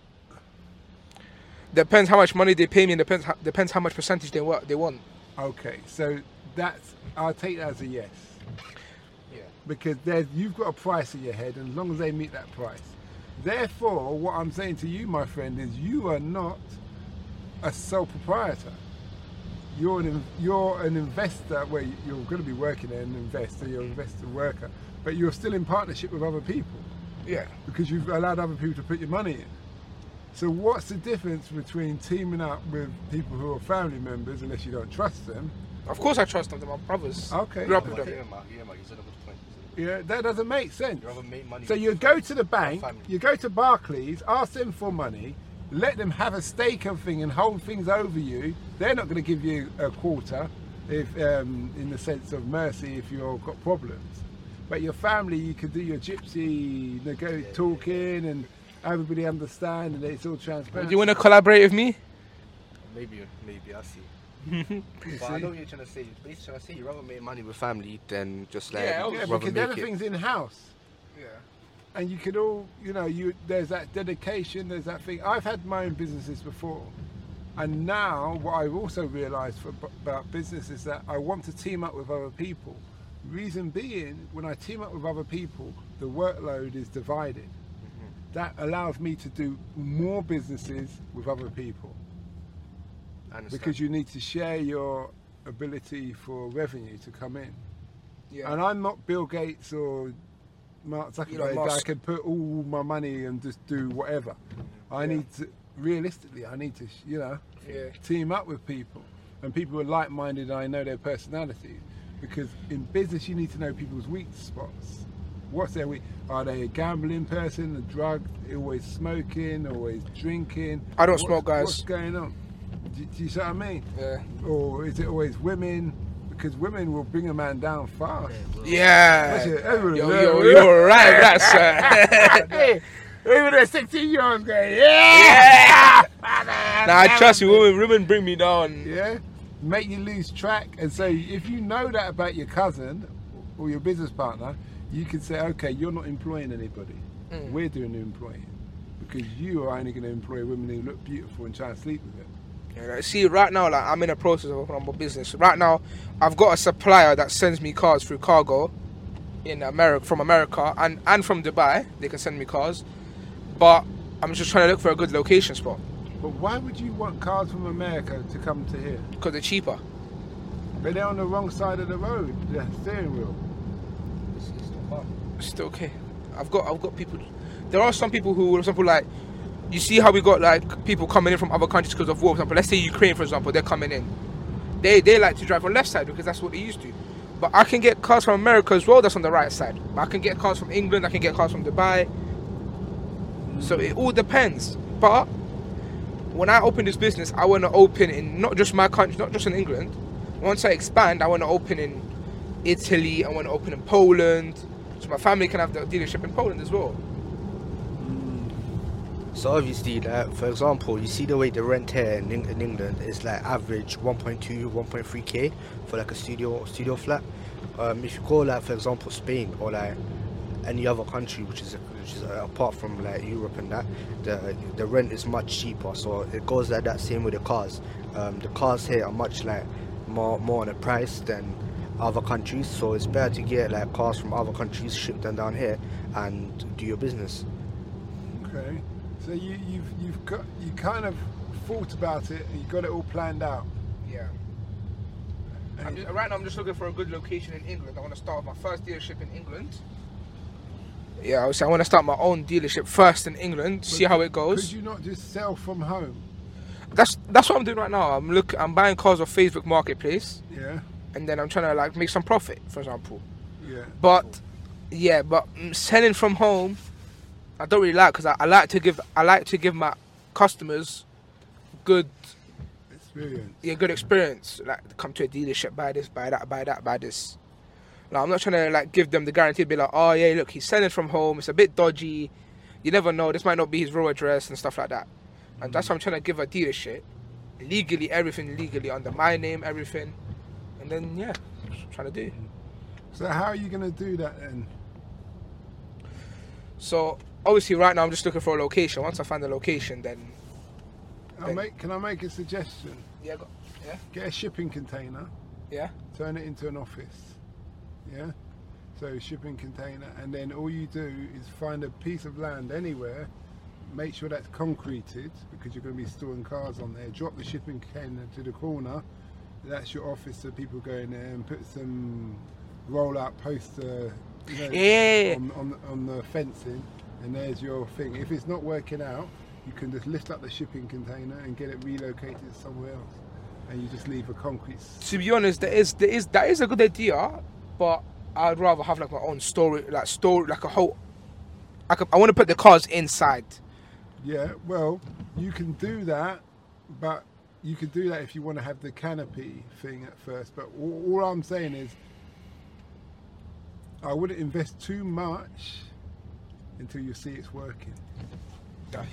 Speaker 3: Depends how much money they pay me, and depends how, depends how much percentage they want. They want.
Speaker 1: Okay. So that's I'll take that as a yes.
Speaker 4: Yeah.
Speaker 1: Because there's you've got a price in your head, and as long as they meet that price, therefore, what I'm saying to you, my friend, is you are not a sole proprietor. You're an you're an investor. Well, you're going to be working as an investor. You're an investor worker, but you're still in partnership with other people
Speaker 3: Yeah.
Speaker 1: because you've allowed other people to put your money in. So what's the difference between teaming up with people who are family members, unless you don't trust them?
Speaker 3: Of course, I trust them. They're my brothers.
Speaker 1: Okay.
Speaker 3: Grew up with them.
Speaker 1: Yeah, that doesn't make sense.
Speaker 4: make money.
Speaker 1: So you go to the bank,
Speaker 4: Family.
Speaker 1: you go to Barclays, ask them for money, let them have a stake of thing and hold things over you. They're not going to give you a quarter, if um, in the sense of mercy, if you've got problems. But your family, you can do your gypsy nego- talking and everybody understand and it's all transparent.
Speaker 3: Do you want to collaborate with me?
Speaker 4: Maybe, maybe I see.
Speaker 1: You
Speaker 4: But I
Speaker 1: see?
Speaker 4: know what you're trying to say. You're basically trying to say you rather make money with family than just like
Speaker 3: Yeah,
Speaker 1: yeah,
Speaker 4: rather
Speaker 1: because
Speaker 4: make it.
Speaker 1: everything's in house.
Speaker 3: Yeah.
Speaker 1: and you could all you know you there's that dedication there's that thing i've had my own businesses before and now what i've also realized for, about business is that i want to team up with other people reason being when i team up with other people the workload is divided that allows me to do more businesses with other people
Speaker 4: I understand.
Speaker 1: because you need to share your ability for revenue to come in
Speaker 3: Yeah.
Speaker 1: and I'm not Bill Gates or Mark Zuckerberg. that I
Speaker 3: Musk.
Speaker 1: can put all my money and just do whatever. I
Speaker 3: Yeah.
Speaker 1: need to, realistically, I need to, sh- you know,
Speaker 3: Yeah.
Speaker 1: team up with people. And people who are like minded, I know their personalities. Because in business, you need to know people's weak spots. What's their weak? Are they a gambling person, a drug, always smoking, always drinking?
Speaker 3: I don't
Speaker 1: What's-
Speaker 3: smoke, guys.
Speaker 1: What's going on? Do, do you see what I mean?
Speaker 3: Yeah.
Speaker 1: Or is it always women? Because women will bring a man down fast.
Speaker 2: Yeah, well,
Speaker 3: Yeah.
Speaker 1: Listen, everybody-
Speaker 3: Yo, yo, you're right, that's sir.
Speaker 1: Hey, even at 16 year olds going, yeah!
Speaker 3: Nah, trust you, women, women bring me down.
Speaker 1: Yeah? Make you lose track. And so if you know that about your cousin or your business partner, you can say, okay, you're not employing anybody.
Speaker 3: Mm.
Speaker 1: We're doing the employing. Because you are only going to employ women who look beautiful and try and sleep with them.
Speaker 3: You know, See, right now, like I'm in a process of opening up a business. Right now, I've got a supplier that sends me cars through cargo in America from America and and from Dubai. They can send me cars, but I'm just trying to look for a good location spot
Speaker 1: But why would you want cars from America to come to here?
Speaker 3: because they're cheaper.
Speaker 1: But they're on the wrong side of the road, the steering wheel.
Speaker 3: It's still okay. I've got I've got people. There are some people who, for example, like you see how we got like people coming in from other countries because of war. For example, let's say Ukraine, for example, they're coming in. They they like to drive on left side because that's what they used to. But I can get cars from America as well. That's on the right side. I can get cars from England. I can get cars from Dubai. So it all depends. But when I open this business, I want to open in not just my country, not just in England. Once I expand, I want to open in Italy. I want to open in Poland. So my family can have the dealership in Poland as well. Mm.
Speaker 4: So obviously, like, for example, you see the way the rent here in, Eng- in England is like average 1.2, 1.3k for like a studio studio flat. Um, if you go like for example Spain or like any other country, which is which is uh, apart from like Europe and that, the the rent is much cheaper. So it goes like that same with the cars. Um, the cars here are much like more more on the price than other countries. So it's better to get like cars from other countries, ship them down here, and do your business.
Speaker 1: Okay. So you, you've you've got you kind of thought about it and you got it all planned out.
Speaker 3: Yeah. I'm ju- right now, I'm just looking for a good location in England. I want to start my first dealership in England. Yeah, I would say I want to start my own dealership first in England. see how it
Speaker 1: Could
Speaker 3: goes.
Speaker 1: you not just sell from home?
Speaker 3: That's that's what I'm doing right now. I'm look. I'm buying cars off Facebook Marketplace,
Speaker 1: Yeah.
Speaker 3: and then I'm trying to like make some profit, for example.
Speaker 1: Yeah.
Speaker 3: But yeah, but mm, selling from home, I don't really like because I, I like to give I like to give my customers good
Speaker 1: Experience.
Speaker 3: yeah, good experience. Like come to a dealership, buy this, buy that, buy that, buy this. Like I'm not trying to like give them the guarantee, be like, oh yeah, look, he's selling from home. It's a bit dodgy. You never know. This might not be his real address and stuff like that. And that's what I'm trying to give a dealership, legally, everything legally under my name, everything. And then yeah, that's what I'm trying to do.
Speaker 1: So how are you gonna do that then?
Speaker 3: So obviously, right now I'm just looking for a location. Once I find a location, then
Speaker 1: I
Speaker 3: Then-
Speaker 1: make, can I make a suggestion?
Speaker 3: yeah, go-
Speaker 1: Get a shipping container.
Speaker 3: Yeah.
Speaker 1: Turn it into an office. Yeah. So shipping container, and then all you do is find a piece of land anywhere. Make sure that's concreted because you're going to be storing cars on there. Drop the shipping container to the corner. That's your office, so people go in there and put some roll-out poster you know,
Speaker 3: Yeah.
Speaker 1: on, on, on the fencing, and there's your thing. If it's not working out, you can just lift up the shipping container and get it relocated somewhere else, and you just leave a concrete
Speaker 3: to be honest, there is there is that is a good idea, but I'd rather have like my own story, like story, like a whole. I could, I want to put the cars inside.
Speaker 1: Yeah, well, you can do that, but you can do that if you want to have the canopy thing at first. But all, all I'm saying is, I wouldn't invest too much until you see it's working.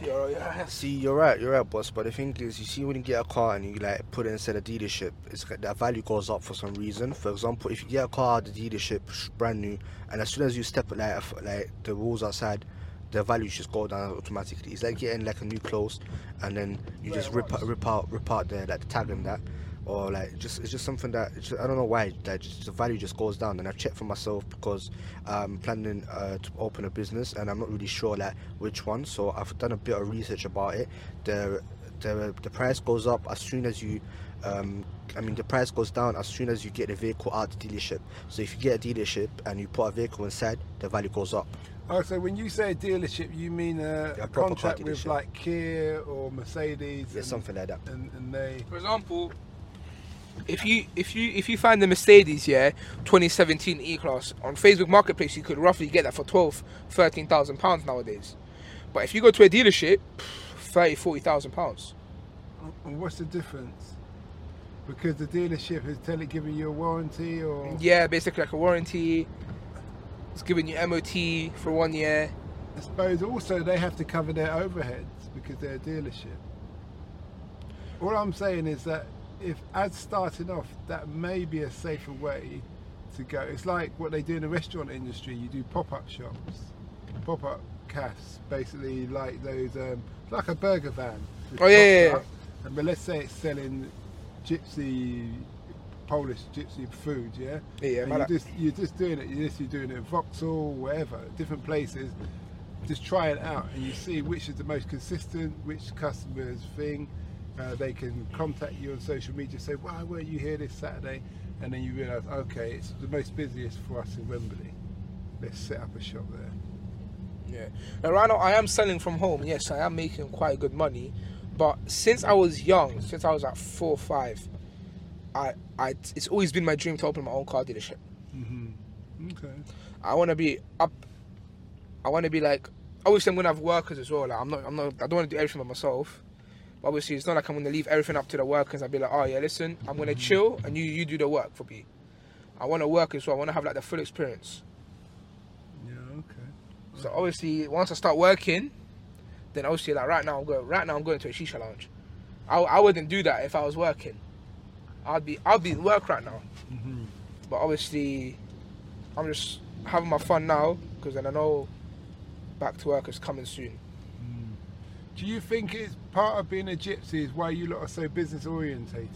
Speaker 3: Yeah, yeah.
Speaker 4: See, you're right, you're right, boss. But the thing is, you see, when you get a car and you like put it inside a dealership, it's like that value goes up for some reason. For example, if you get a car at the dealership sh- brand new, and as soon as you step like a f- like the walls outside, the value just go down automatically. It's like getting like a new clothes, and then you
Speaker 1: Yeah,
Speaker 4: just
Speaker 1: it
Speaker 4: rip
Speaker 1: was.
Speaker 4: out, rip out, rip out the like the tag and that, or like just it's just something that it's just- I don't know why that just, the value just goes down. And I've checked for myself because I'm planning uh, to open a business, and I'm not really sure like which one. So I've done a bit of research about it. The the the price goes up as soon as you. Um, I mean, the price goes down as soon as you get the vehicle out the dealership. So if you get a dealership and you put a vehicle inside, the value goes up.
Speaker 1: Oh, so when you say a dealership, you mean a,
Speaker 4: Yeah,
Speaker 1: a
Speaker 4: proper car
Speaker 1: contract with
Speaker 4: dealership.
Speaker 1: like Kia or Mercedes?
Speaker 4: Yeah, something like that.
Speaker 1: And, and they.
Speaker 3: For example, if you if you if you find the Mercedes, yeah, 2017 E-Class on Facebook Marketplace, you could roughly get that for 12, 13,000 pounds nowadays. But if you go to a dealership, 30, 40,000 pounds.
Speaker 1: And what's the difference? Because the dealership is telling giving you a warranty or.
Speaker 3: Yeah, basically like a warranty. It's giving you MOT for one year.
Speaker 1: I suppose also they have to cover their overheads because they're a dealership. All I'm saying is that if as starting off, that may be a safer way to go. It's like what they do in the restaurant industry. You do pop-up shops, pop-up cafes, basically like those, um, like a burger van. which
Speaker 3: Oh, yeah, yeah,
Speaker 1: pops
Speaker 3: yeah.
Speaker 1: up, and- but let's say it's selling gypsy, Polish gypsy food, yeah.
Speaker 3: Yeah, yeah,
Speaker 1: And
Speaker 3: man,
Speaker 1: you
Speaker 3: I-
Speaker 1: just, you're just doing it. You're just you're doing it in Vauxhall, wherever, different places. Just try it out, and you see which is the most consistent, which customers thing. Uh, they can contact you on social media, say, "Why weren't you here this Saturday?" And then you realise, okay, it's the most busiest for us in Wembley. Let's set up a shop there.
Speaker 3: Yeah. Now, right now, I am selling from home. Yes, I am making quite good money. But since I was young, since I was like four or five, I, I, it's always been my dream to open my own car dealership.
Speaker 1: Mm-hmm. Okay.
Speaker 3: I want to be up. I want to be like. Obviously, I'm gonna have workers as well. Like, I'm not. I'm not. I don't want to do everything by myself. But obviously, it's not like I'm gonna leave everything up to the workers. I'll be like, oh yeah, listen, I'm gonna chill, and you you do the work for me. I want to work as well. I want to have like the full experience.
Speaker 1: Yeah. Okay.
Speaker 3: So obviously, once I start working, then obviously, like right now, I'm going. Right now, I'm going to a shisha lounge. I, I wouldn't do that if I was working. I'd be I'd be in work right now.
Speaker 1: Mhm.
Speaker 3: But obviously, I'm just having my fun now because then I know back to work is coming soon.
Speaker 1: Do you think it's part of being a gypsy is why you lot are so business orientated?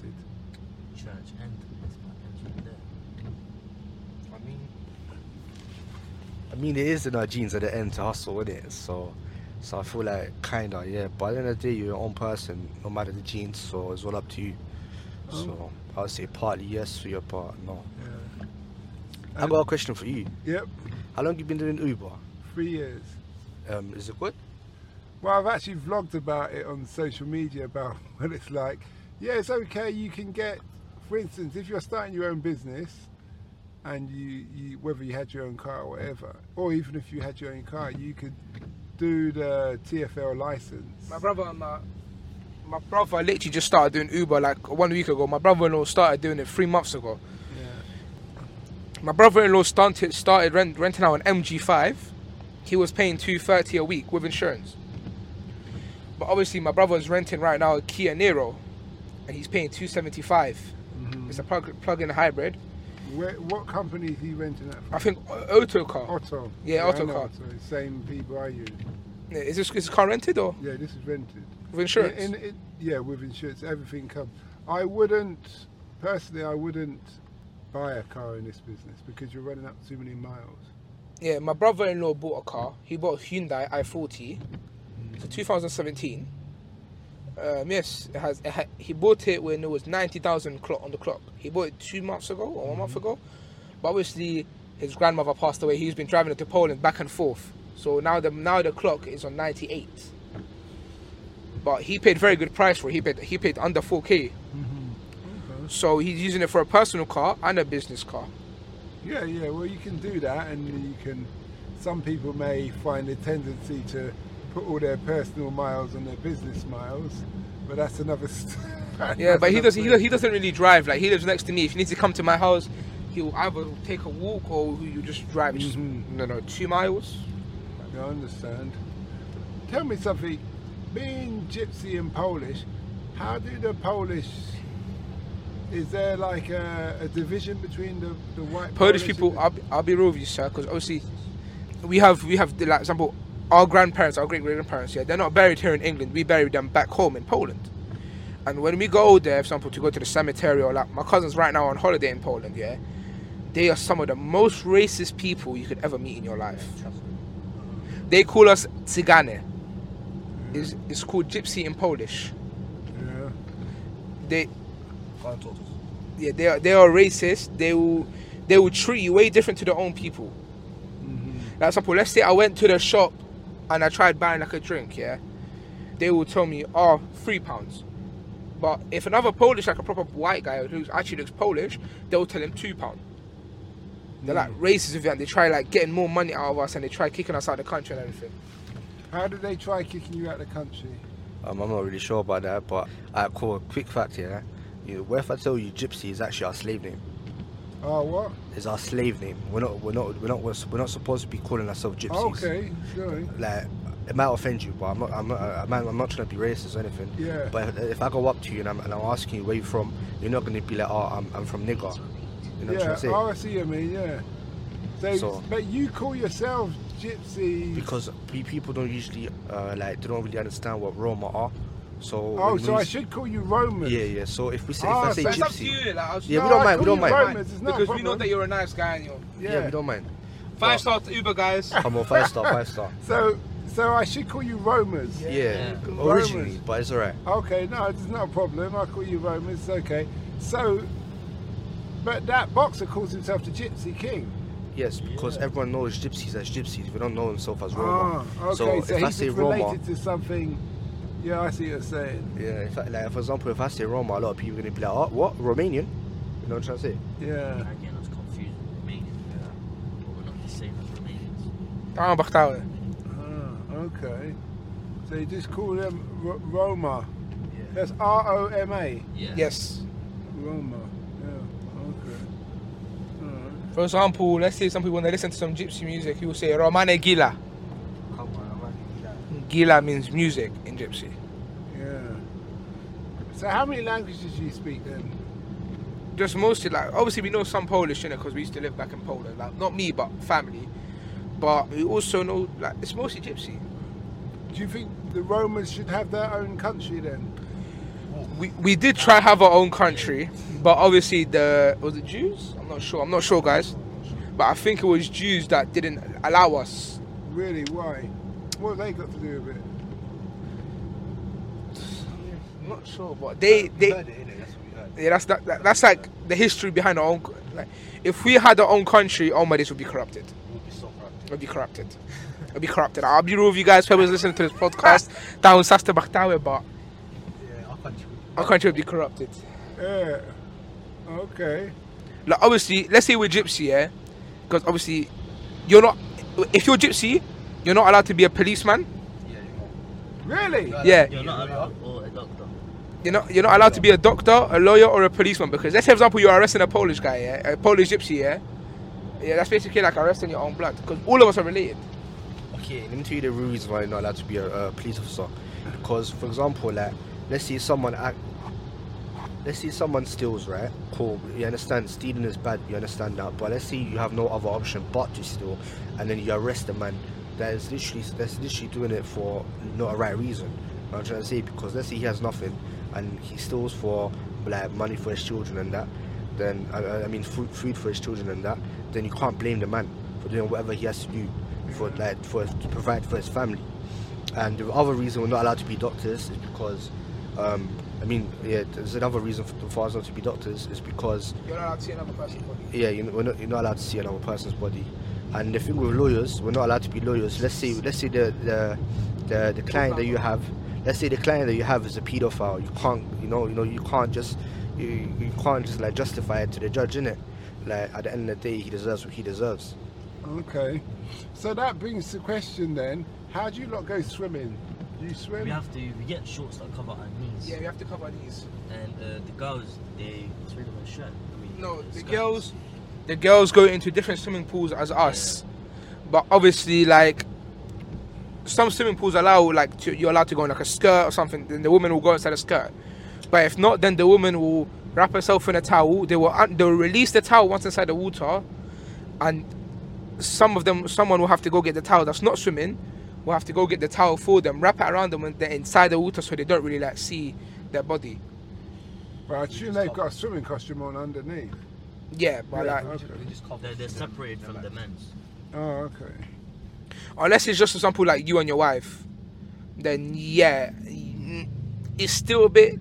Speaker 2: Church and it's my entrance right there.
Speaker 4: I mean, I mean, it is in our genes at the end to hustle, isn't it? So, so I feel like kinda, yeah. But at the end of the day, you're your own person, no matter the genes. So it's all up to you. So I would say partly yes for your part, no.
Speaker 1: Yeah.
Speaker 4: I got a question for you.
Speaker 1: Yep.
Speaker 4: How long you been doing Uber?
Speaker 1: Three years.
Speaker 4: Um, is it good?
Speaker 1: Well, I've actually vlogged about it on social media about what it's like. Yeah, it's okay. You can get, for instance, if you're starting your own business, and you, you whether you had your own car or whatever, or even if you had your own car, you could do the TFL license.
Speaker 3: My brother and my my brother literally just started doing Uber like one week ago. My brother-in-law started doing it three months ago.
Speaker 1: Yeah.
Speaker 3: My brother-in-law started started rent, renting out an MG5. He was paying two thirty a week with insurance. But obviously, my brother is renting right now a Kia Niro, and he's paying two seventy five.
Speaker 1: Mhm.
Speaker 3: It's a plug plug-in hybrid.
Speaker 1: Where, what company is he renting that from?
Speaker 3: I think O- Autocar.
Speaker 1: Otto.
Speaker 3: Yeah,
Speaker 1: I
Speaker 3: Otto
Speaker 1: know
Speaker 3: car.
Speaker 1: Otto. Same people I use.
Speaker 3: Yeah, Is this is this car rented or
Speaker 1: Yeah, this is rented.
Speaker 3: with insurance?
Speaker 1: In, in- yeah, with insurance, everything comes. I wouldn't, personally, I wouldn't buy a car in this business because you're running up too many miles.
Speaker 3: Yeah, my brother-in-law bought a car. He bought a Hyundai i40. It's a 2017. Um, yes, it has. It ha- he bought it when it was 90,000 clock on the clock. He bought it two months ago or one month ago. But obviously, his grandmother passed away. He's been driving it to Poland back and forth. So now the now the clock is on 98. But he paid very good price for it. He paid he paid under 4k. So he's using it for a personal car and a business car.
Speaker 1: Yeah, yeah, well, you can do that, and you can. Some people may find a tendency to put all their personal miles on their business miles, but that's another. St-
Speaker 3: Yeah,
Speaker 1: that's
Speaker 3: but he
Speaker 1: another
Speaker 3: does. He,
Speaker 1: thing.
Speaker 3: does- he doesn't really drive. Like he lives next to me. If he needs to come to my house, he will either take a walk or you just drive. It's Just,
Speaker 1: Mhm.
Speaker 3: No, no, two miles.
Speaker 1: I understand. Tell me something. Being gypsy and Polish, how do the Polish? Is there like a, a division between the, the white
Speaker 3: Polish
Speaker 1: and
Speaker 3: people.
Speaker 1: the-
Speaker 3: I'll, be- I'll be real with you, sir, because obviously we have we have like example our grandparents, our great great grandparents. Yeah, they're not buried here in England. We buried them back home in Poland. And when we go there, for example, to go to the cemetery or like my cousins right now are on holiday in Poland. Yeah, they are some of the most racist people you could ever meet in your life. They call us Tzigane. It's, it's called Gypsy in Polish.
Speaker 1: Yeah.
Speaker 3: They, yeah, they are, they are racist. They will they will treat you way different to their own people.
Speaker 4: Mm-hmm.
Speaker 1: Mhm.
Speaker 3: Like for example, let's say I went to the shop and I tried buying like a drink, yeah. They will tell me, oh, three pounds. But if another Polish, like a proper white guy who actually looks Polish, they'll tell him two pounds. They're like racist with that. They try like getting more money out of us and they try kicking us out of the country and everything.
Speaker 1: How do they try kicking you out of the country?
Speaker 4: Um, I'm not really sure about that, but I cool. Quick fact here. You, what if I tell you gypsy is actually our slave name?
Speaker 1: Oh, what?
Speaker 4: It's our slave name. We're not. We're not. We're not. We're, we're not supposed to be calling ourselves gypsies.
Speaker 1: Oh, Okay, sorry.
Speaker 4: Like it might offend you, but I'm not. I'm not. I'm not, I'm not trying to be racist or anything.
Speaker 1: Yeah.
Speaker 4: But if I go up to you and I'm, and I'm asking you where you from, you're not going to be like, oh, I'm, I'm from nigger. You know what I'm
Speaker 1: yeah,
Speaker 4: trying to say?
Speaker 1: oh, I see what you mean, yeah. So,
Speaker 4: So-
Speaker 1: but you call yourself gypsy.
Speaker 4: Because pe- people don't usually uh, like. They don't really understand what Roma are. So.
Speaker 1: oh,
Speaker 4: when
Speaker 1: so
Speaker 4: we-
Speaker 1: I should call you Roman.
Speaker 4: Yeah, yeah. So if we say,
Speaker 1: Ah,
Speaker 4: if I say
Speaker 1: so it's
Speaker 3: It's up to
Speaker 4: gypsy,
Speaker 3: you. Like, I was-
Speaker 4: Yeah, we
Speaker 1: No,
Speaker 4: don't
Speaker 1: I
Speaker 4: mind, we
Speaker 1: call
Speaker 4: don't
Speaker 1: you
Speaker 4: mind.
Speaker 1: Romans, it's not a
Speaker 3: because we know
Speaker 1: problem.
Speaker 3: that you're a nice guy and you're
Speaker 1: yeah.
Speaker 4: yeah, we don't mind.
Speaker 3: five star to Uber guys.
Speaker 4: Come on, five star, five star.
Speaker 1: So, so I should call you Romans.
Speaker 4: Yeah,
Speaker 1: Romans.
Speaker 4: originally, but it's alright.
Speaker 1: Okay, no, it's not a problem. I call you Roman. It's okay. So, but that boxer calls himself the Gypsy King.
Speaker 4: Yes, because everyone knows gypsies as gypsies. We don't know themselves as Roma.
Speaker 1: Ah, okay.
Speaker 4: So
Speaker 1: So,
Speaker 4: if I
Speaker 1: he's
Speaker 4: say
Speaker 1: just
Speaker 4: Roma-
Speaker 1: related to something. Yeah, I see what you're saying.
Speaker 4: Yeah, if I, like for example, if I say Roma, a lot of people are gonna be like, oh, what Romanian? You know what I'm trying to say?
Speaker 1: Yeah.
Speaker 2: You're getting us confused with Romanians. But we're not the same as Romanians.
Speaker 3: Daarom bagtaal, hè.
Speaker 1: Ah, okay. So you just call them R- Roma.
Speaker 2: Yeah.
Speaker 1: That's R O M A.
Speaker 2: yeah.
Speaker 3: Yes.
Speaker 1: Roma. Yeah. Okay. Alright.
Speaker 3: For example, let's say some people when they listen to some gypsy music, you will say Romane Gila.
Speaker 4: Come on, man.
Speaker 3: Gila means music in gypsy.
Speaker 1: Yeah. So how many languages do you speak then?
Speaker 3: Just mostly like obviously we know some Polish in it because we used to live back in Poland. Like not me but family. But we also know like it's mostly gypsy.
Speaker 1: Do you think the Romans should have their own country then?
Speaker 3: we, we did try to have our own country, but obviously the was it Jews? I'm not sure. I'm not sure, guys. But I think it was Jews that didn't allow us.
Speaker 1: Really? Why? What have they got to do with it?
Speaker 3: I'm not sure, but they they yeah. That's that, that- that's like the history behind our own. co- Like, if we had our own country, all my days would be corrupted. Would be corrupted. Would be corrupted. I'll be real with you guys. Whoever's listening to this podcast, that was Sasta Baktawe, but our country would be corrupted.
Speaker 1: Yeah. Okay.
Speaker 3: like obviously let's say we're gypsy yeah because obviously you're not if you're gypsy you're not allowed to be a policeman
Speaker 1: Really?
Speaker 3: yeah
Speaker 2: You're not a, or a doctor.
Speaker 3: you're not you're not allowed to be a doctor a lawyer or a policeman because let's say for example you're arresting a polish guy yeah a polish gypsy yeah yeah that's basically like arresting your own blood because all of us are related
Speaker 4: Okay, let me tell you the reasons why you're not allowed to be a, a police officer. Because, for example, like, let's say someone act, let's say someone steals, right? Cool, you understand stealing is bad, you understand that. But let's say you have no other option but to steal, and then you arrest the man that is literally that's literally doing it for not a right reason. I'm trying to say because let's say he has nothing, and he steals for like money for his children and that. Then I- I, I mean food, food for his children and that. Then you can't blame the man for doing whatever he has to do for like for to provide for his family. And the other reason we're not allowed to be doctors is because, um, I mean, yeah, there's another reason for, for us not to be doctors is because,
Speaker 3: you're not allowed to see another person
Speaker 4: yeah, you know, we're not, you're not allowed to see another person's body. And the thing with lawyers, we're not allowed to be lawyers. Let's say, let's say the the, the, the client that you have, let's say the client that you have is a paedophile. You can't, you know, you know, you can't just, you, you can't just like justify it to the judge, innit? Like at the end of the day, he deserves what he deserves.
Speaker 1: Okay. So that brings the question then: How do you lot go swimming? Do you swim?
Speaker 2: We have to, we get shorts that cover our knees.
Speaker 3: yeah we have to cover these
Speaker 2: And uh, the girls, they swim in a shirt. I mean,
Speaker 3: no the
Speaker 2: skirts.
Speaker 3: girls the girls go into different swimming pools as us but obviously like some swimming pools allow like to, you're allowed to go in like a skirt or something then the woman will go inside a skirt but if not then the woman will wrap herself in a towel they will un- they will release the towel once inside the water and some of them someone will have to go get the towel that's not swimming will have to go get the towel for them wrap it around them when they're inside the water so they don't really like see their body
Speaker 1: Well, I assume they've got a swimming costume on underneath.
Speaker 3: yeah but
Speaker 1: Yeah,
Speaker 3: like
Speaker 1: okay.
Speaker 2: They're, they're separated from the men's.
Speaker 1: Oh, okay.
Speaker 3: unless it's just for example like you and your wife, then yeah, mm, it's still a bit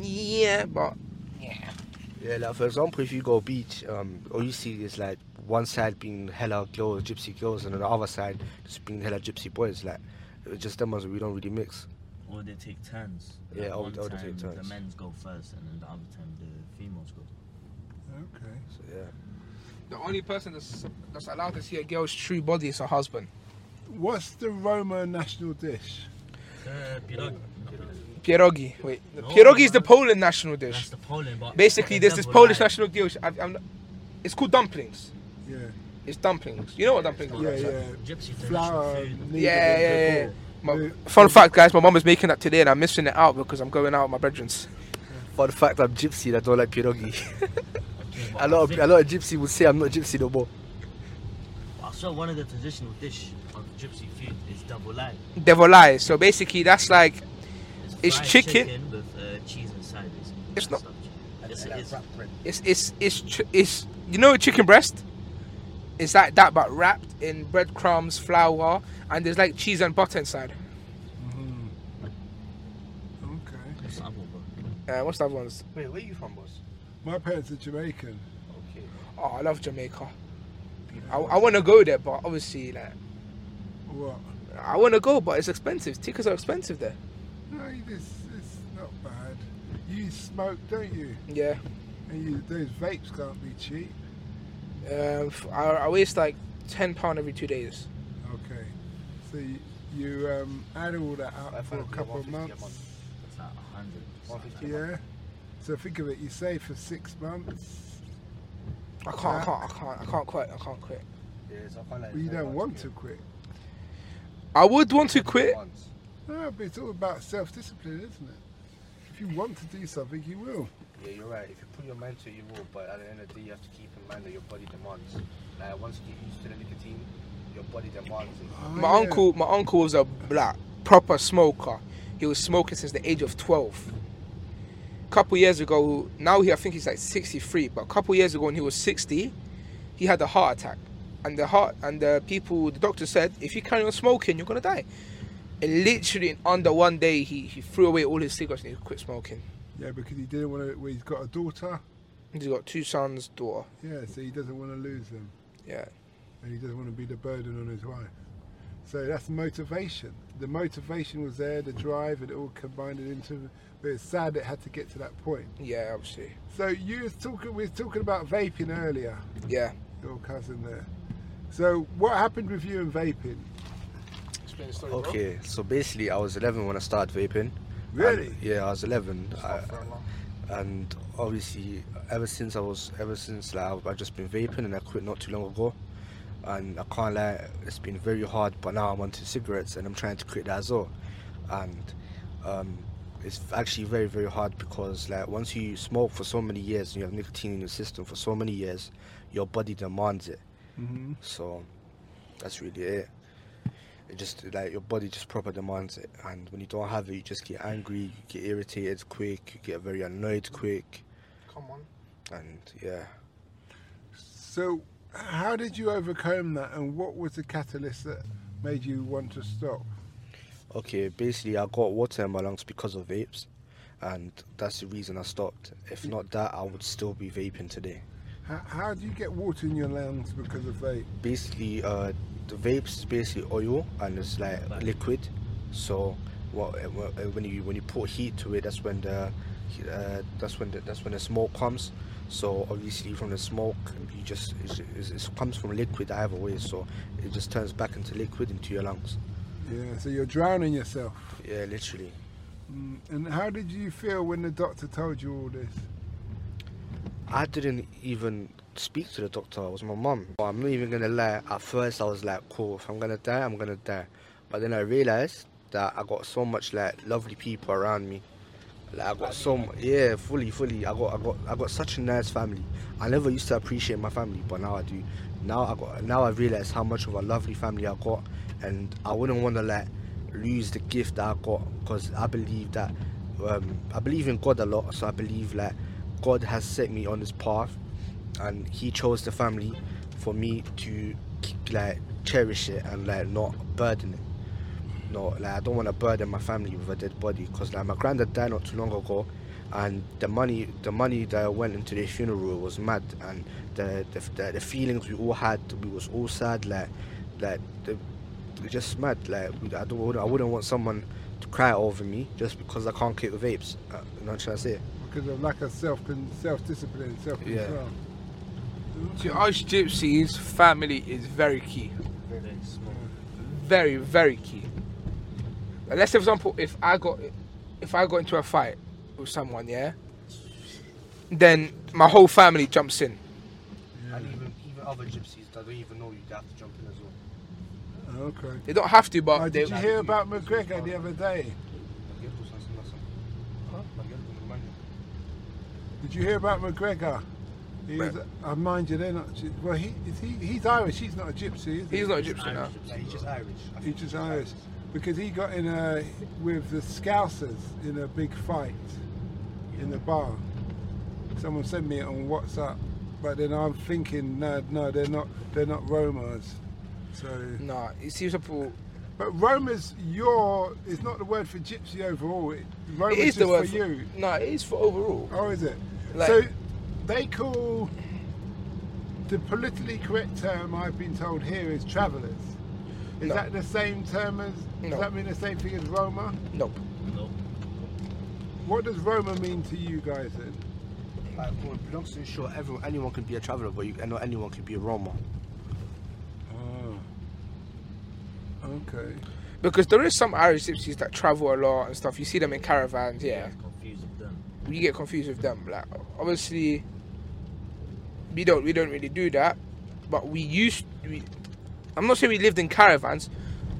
Speaker 3: yeah, but
Speaker 4: Yeah, like for example, if you go beach, um, all you see is like one side being hella girls, gypsy girls, and then the other side just being hella gypsy boys. Like it's just them ones we don't really mix.
Speaker 2: Or they take turns.
Speaker 4: Yeah,
Speaker 2: Like
Speaker 4: or-
Speaker 2: one
Speaker 4: or they
Speaker 2: time
Speaker 4: take
Speaker 2: The
Speaker 4: turns.
Speaker 2: men's go first, and then the other time the females go.
Speaker 1: Okay.
Speaker 4: So yeah,
Speaker 3: the only person that's that's allowed to see a girl's true body is her husband.
Speaker 1: What's the Roma national dish?
Speaker 2: Uh, pirog.
Speaker 3: Pierogi. Wait, the
Speaker 2: No,
Speaker 3: pierogi is the
Speaker 2: man.
Speaker 3: Poland national
Speaker 2: That's
Speaker 3: dish.
Speaker 2: the Poland. But
Speaker 3: Basically, there's this
Speaker 2: Never
Speaker 3: Polish
Speaker 2: lie.
Speaker 3: national dish. I, I'm, not- it's called dumplings.
Speaker 1: Yeah.
Speaker 3: It's dumplings. You know what dumplings are?
Speaker 1: Yeah,
Speaker 3: right?
Speaker 1: yeah.
Speaker 2: Gypsy
Speaker 1: Flour.
Speaker 2: traditional food.
Speaker 1: needle,
Speaker 3: Yeah, yeah,
Speaker 1: they're
Speaker 3: yeah.
Speaker 1: called.
Speaker 3: My, fun fact, guys, my mum is making that today, and I'm missing it out because I'm going out with my brethrens.
Speaker 4: for the fact I'm gypsy, I don't like pierogi.
Speaker 2: Okay, but
Speaker 4: a lot
Speaker 2: I
Speaker 4: of
Speaker 2: think-
Speaker 4: a lot of gypsy would say I'm not gypsy no more.
Speaker 2: I saw one of the traditional dish of gypsy food is double line.
Speaker 3: Devil eyes. So basically, that's like It's
Speaker 2: fried
Speaker 3: chicken.
Speaker 2: with uh, cheese inside. It's,
Speaker 3: It's not-
Speaker 2: Yes, it is.
Speaker 3: It's it's it's ch- it's you know chicken breast. It's like that, but wrapped in breadcrumbs, flour, and there's like cheese and butter inside.
Speaker 1: Mm-hmm. Okay.
Speaker 2: It's apple, bro.
Speaker 3: Uh, what's the other ones?
Speaker 4: Wait, where are you from, boss?
Speaker 1: My parents are Jamaican.
Speaker 4: Okay.
Speaker 3: Oh, I love Jamaica.
Speaker 1: you know.
Speaker 3: I, I want to go there, but obviously, like,
Speaker 1: What?
Speaker 3: I want to go, but it's expensive. Tickets are expensive there.
Speaker 1: No, it's, it's not bad. You smoke, don't you?
Speaker 3: Yeah.
Speaker 1: And you, those vapes can't be cheap.
Speaker 3: Um, f- I, I waste like ten pound every two days.
Speaker 1: Okay. So you, you um, add all that up
Speaker 4: Five
Speaker 1: for a
Speaker 4: hundred,
Speaker 1: couple of
Speaker 4: 150 a
Speaker 1: months.
Speaker 4: month.
Speaker 2: It's like 100. something like that.
Speaker 1: Yeah. So think of it. You save for six months.
Speaker 3: I can't, I can't, I can't, I can't quit. I can't quit.
Speaker 4: Yeah, so I can't let
Speaker 1: Well, you
Speaker 4: it go
Speaker 1: don't
Speaker 4: much,
Speaker 1: want
Speaker 4: yeah.
Speaker 1: to quit.
Speaker 3: I would want to quit.
Speaker 4: Once.
Speaker 1: No, but it's all about self-discipline, isn't it? If you want to do something, you will.
Speaker 4: Yeah, you're right. If you put your mind to it, you will. But at the end of the day, you have to keep in mind that your body demands. Like once you get used to the nicotine, your body demands it.
Speaker 1: Oh,
Speaker 3: My
Speaker 1: yeah.
Speaker 3: uncle, my uncle was a like proper smoker. He was smoking since the age of twelve. Couple years ago, now he I think he's like sixty-three. But a couple years ago, when he was sixty, he had a heart attack, and the heart and the people, the doctor said, if you carry on smoking, you're gonna die. And literally in under one day, he, he threw away all his cigarettes and he quit smoking.
Speaker 1: Yeah, because he didn't want to. Well, he's got a daughter.
Speaker 3: He's got two sons, daughter.
Speaker 1: Yeah, so he doesn't want to lose them,
Speaker 3: Yeah.
Speaker 1: and he doesn't want to be the burden on his wife. So that's motivation. The motivation was there, the drive, and it all combined it into. But it's sad it had to get to that point.
Speaker 3: Yeah, obviously.
Speaker 1: So you was talking. We were talking about vaping earlier.
Speaker 3: Yeah.
Speaker 1: your cousin there. So what happened with you and vaping?
Speaker 3: Explain the story,
Speaker 4: Okay, so basically, I was 11 when I started vaping.
Speaker 1: Really?
Speaker 4: And- yeah, I was 11. I-
Speaker 1: long.
Speaker 4: and obviously, ever since I was, ever since like I've, I've just been vaping, and I quit not too long ago. And I can't lie, it's been very hard. But now I'm onto cigarettes, and I'm trying to quit that as well. And um, it's actually very, very hard because like once you smoke for so many years and you have nicotine in your system for so many years, your body demands it.
Speaker 1: Mm-hmm.
Speaker 4: So that's really it. It just like your body just proper demands it, and when you don't have it, you just get angry, you get irritated quick, you get very annoyed quick,
Speaker 3: Come on.
Speaker 4: and yeah.
Speaker 1: So how did you overcome that, and what was the catalyst that made you want to stop?
Speaker 4: Okay, basically I got water in my lungs because of vapes, and that's the reason I stopped. If not that, I would still be vaping today.
Speaker 1: How, how do you get water in your lungs because of vape?
Speaker 4: Basically, uh, the vapes is basically oil and it's like liquid, so what uh, wh- uh, when you when you put heat to it, that's when the uh, that's when the, that's when the smoke comes. So obviously from the smoke, you just it's, it's, it comes from liquid either way. So it just turns back into liquid into your lungs.
Speaker 1: Yeah, so you're drowning yourself.
Speaker 4: Yeah, literally.
Speaker 1: Mm. And how did you feel when the doctor told you all this?
Speaker 4: I didn't even speak to the doctor. It was my mum. But I'm not even gonna lie. At first, I was like, "Cool, if I'm gonna die, I'm gonna die." But then I realized that I got so much like lovely people around me. Like I got so much, yeah, fully, fully. I got, I got, I got such a nice family. I never used to appreciate my family, but now I do. Now I got, now I realize how much of a lovely family I got, and I wouldn't want to like lose the gift that I got because I believe that um, I believe in God a lot. So I believe like God has set me on this path, and He chose the family for me to keep, like cherish it and like not burden it. No, like I don't want to burden my family with a dead body because like my granddad died not too long ago, and the money the money that went into the funeral was mad, and the the, the, the feelings we all had, we was all sad, like like the, it's just mad. Like we- I don't I wouldn't want someone to cry over me just because I can't kick the vapes. Uh, you know what I'm trying to say?
Speaker 1: Because of lack of self self discipline, self control.
Speaker 3: To us gypsies, family is very key.
Speaker 2: They smoke.
Speaker 3: Very, very key. Like, let's say, for example, if I got if I got into a fight with someone, yeah, then my whole family jumps in.
Speaker 1: Yeah.
Speaker 4: even even other gypsies that don't even know you, they have to jump in as well.
Speaker 1: Okay.
Speaker 3: They don't have to, but
Speaker 1: Oh,
Speaker 3: they.
Speaker 1: did you hear about McGregor the other day? Did you hear about McGregor? He's,
Speaker 3: Right.
Speaker 1: I mind you, they're not. Gy- Well, he, is he he's Irish. He's not a gypsy, is he?
Speaker 3: He's not a gypsy now.
Speaker 2: Irish gypsy.
Speaker 4: Like, he's just Irish. I
Speaker 1: He's
Speaker 4: think
Speaker 1: just Irish because he got in a with the Scousers in a big fight in the bar. Someone sent me it on WhatsApp, but then I'm thinking, no, no, they're not. They're not Romas. So,
Speaker 3: Nah, it seems simple.
Speaker 1: but Roma's your. It's not the word for gypsy overall. It, Roma's
Speaker 3: It is
Speaker 1: just
Speaker 3: the word
Speaker 1: for you.
Speaker 3: Nah, it is for overall.
Speaker 1: Oh, is it?
Speaker 3: Like-
Speaker 1: so they call the politically correct term I've been told here is travellers. Is
Speaker 3: No.
Speaker 1: that the same term as?
Speaker 3: No.
Speaker 1: Does that mean the same thing as Roma?
Speaker 3: Nope.
Speaker 2: No.
Speaker 1: What does Roma mean to you guys then?
Speaker 4: Like, well, it belongs to sure everyone, anyone can be a traveller, but you, and not anyone can be a Roma.
Speaker 3: Ah.
Speaker 1: Oh. Okay.
Speaker 3: Because there is some Irish gypsies that travel a lot and stuff. You see them in caravans, yeah.
Speaker 2: Confused with them.
Speaker 3: We get confused with them. Like obviously, we don't we don't really do that, but we used we. I'm not saying we lived in caravans,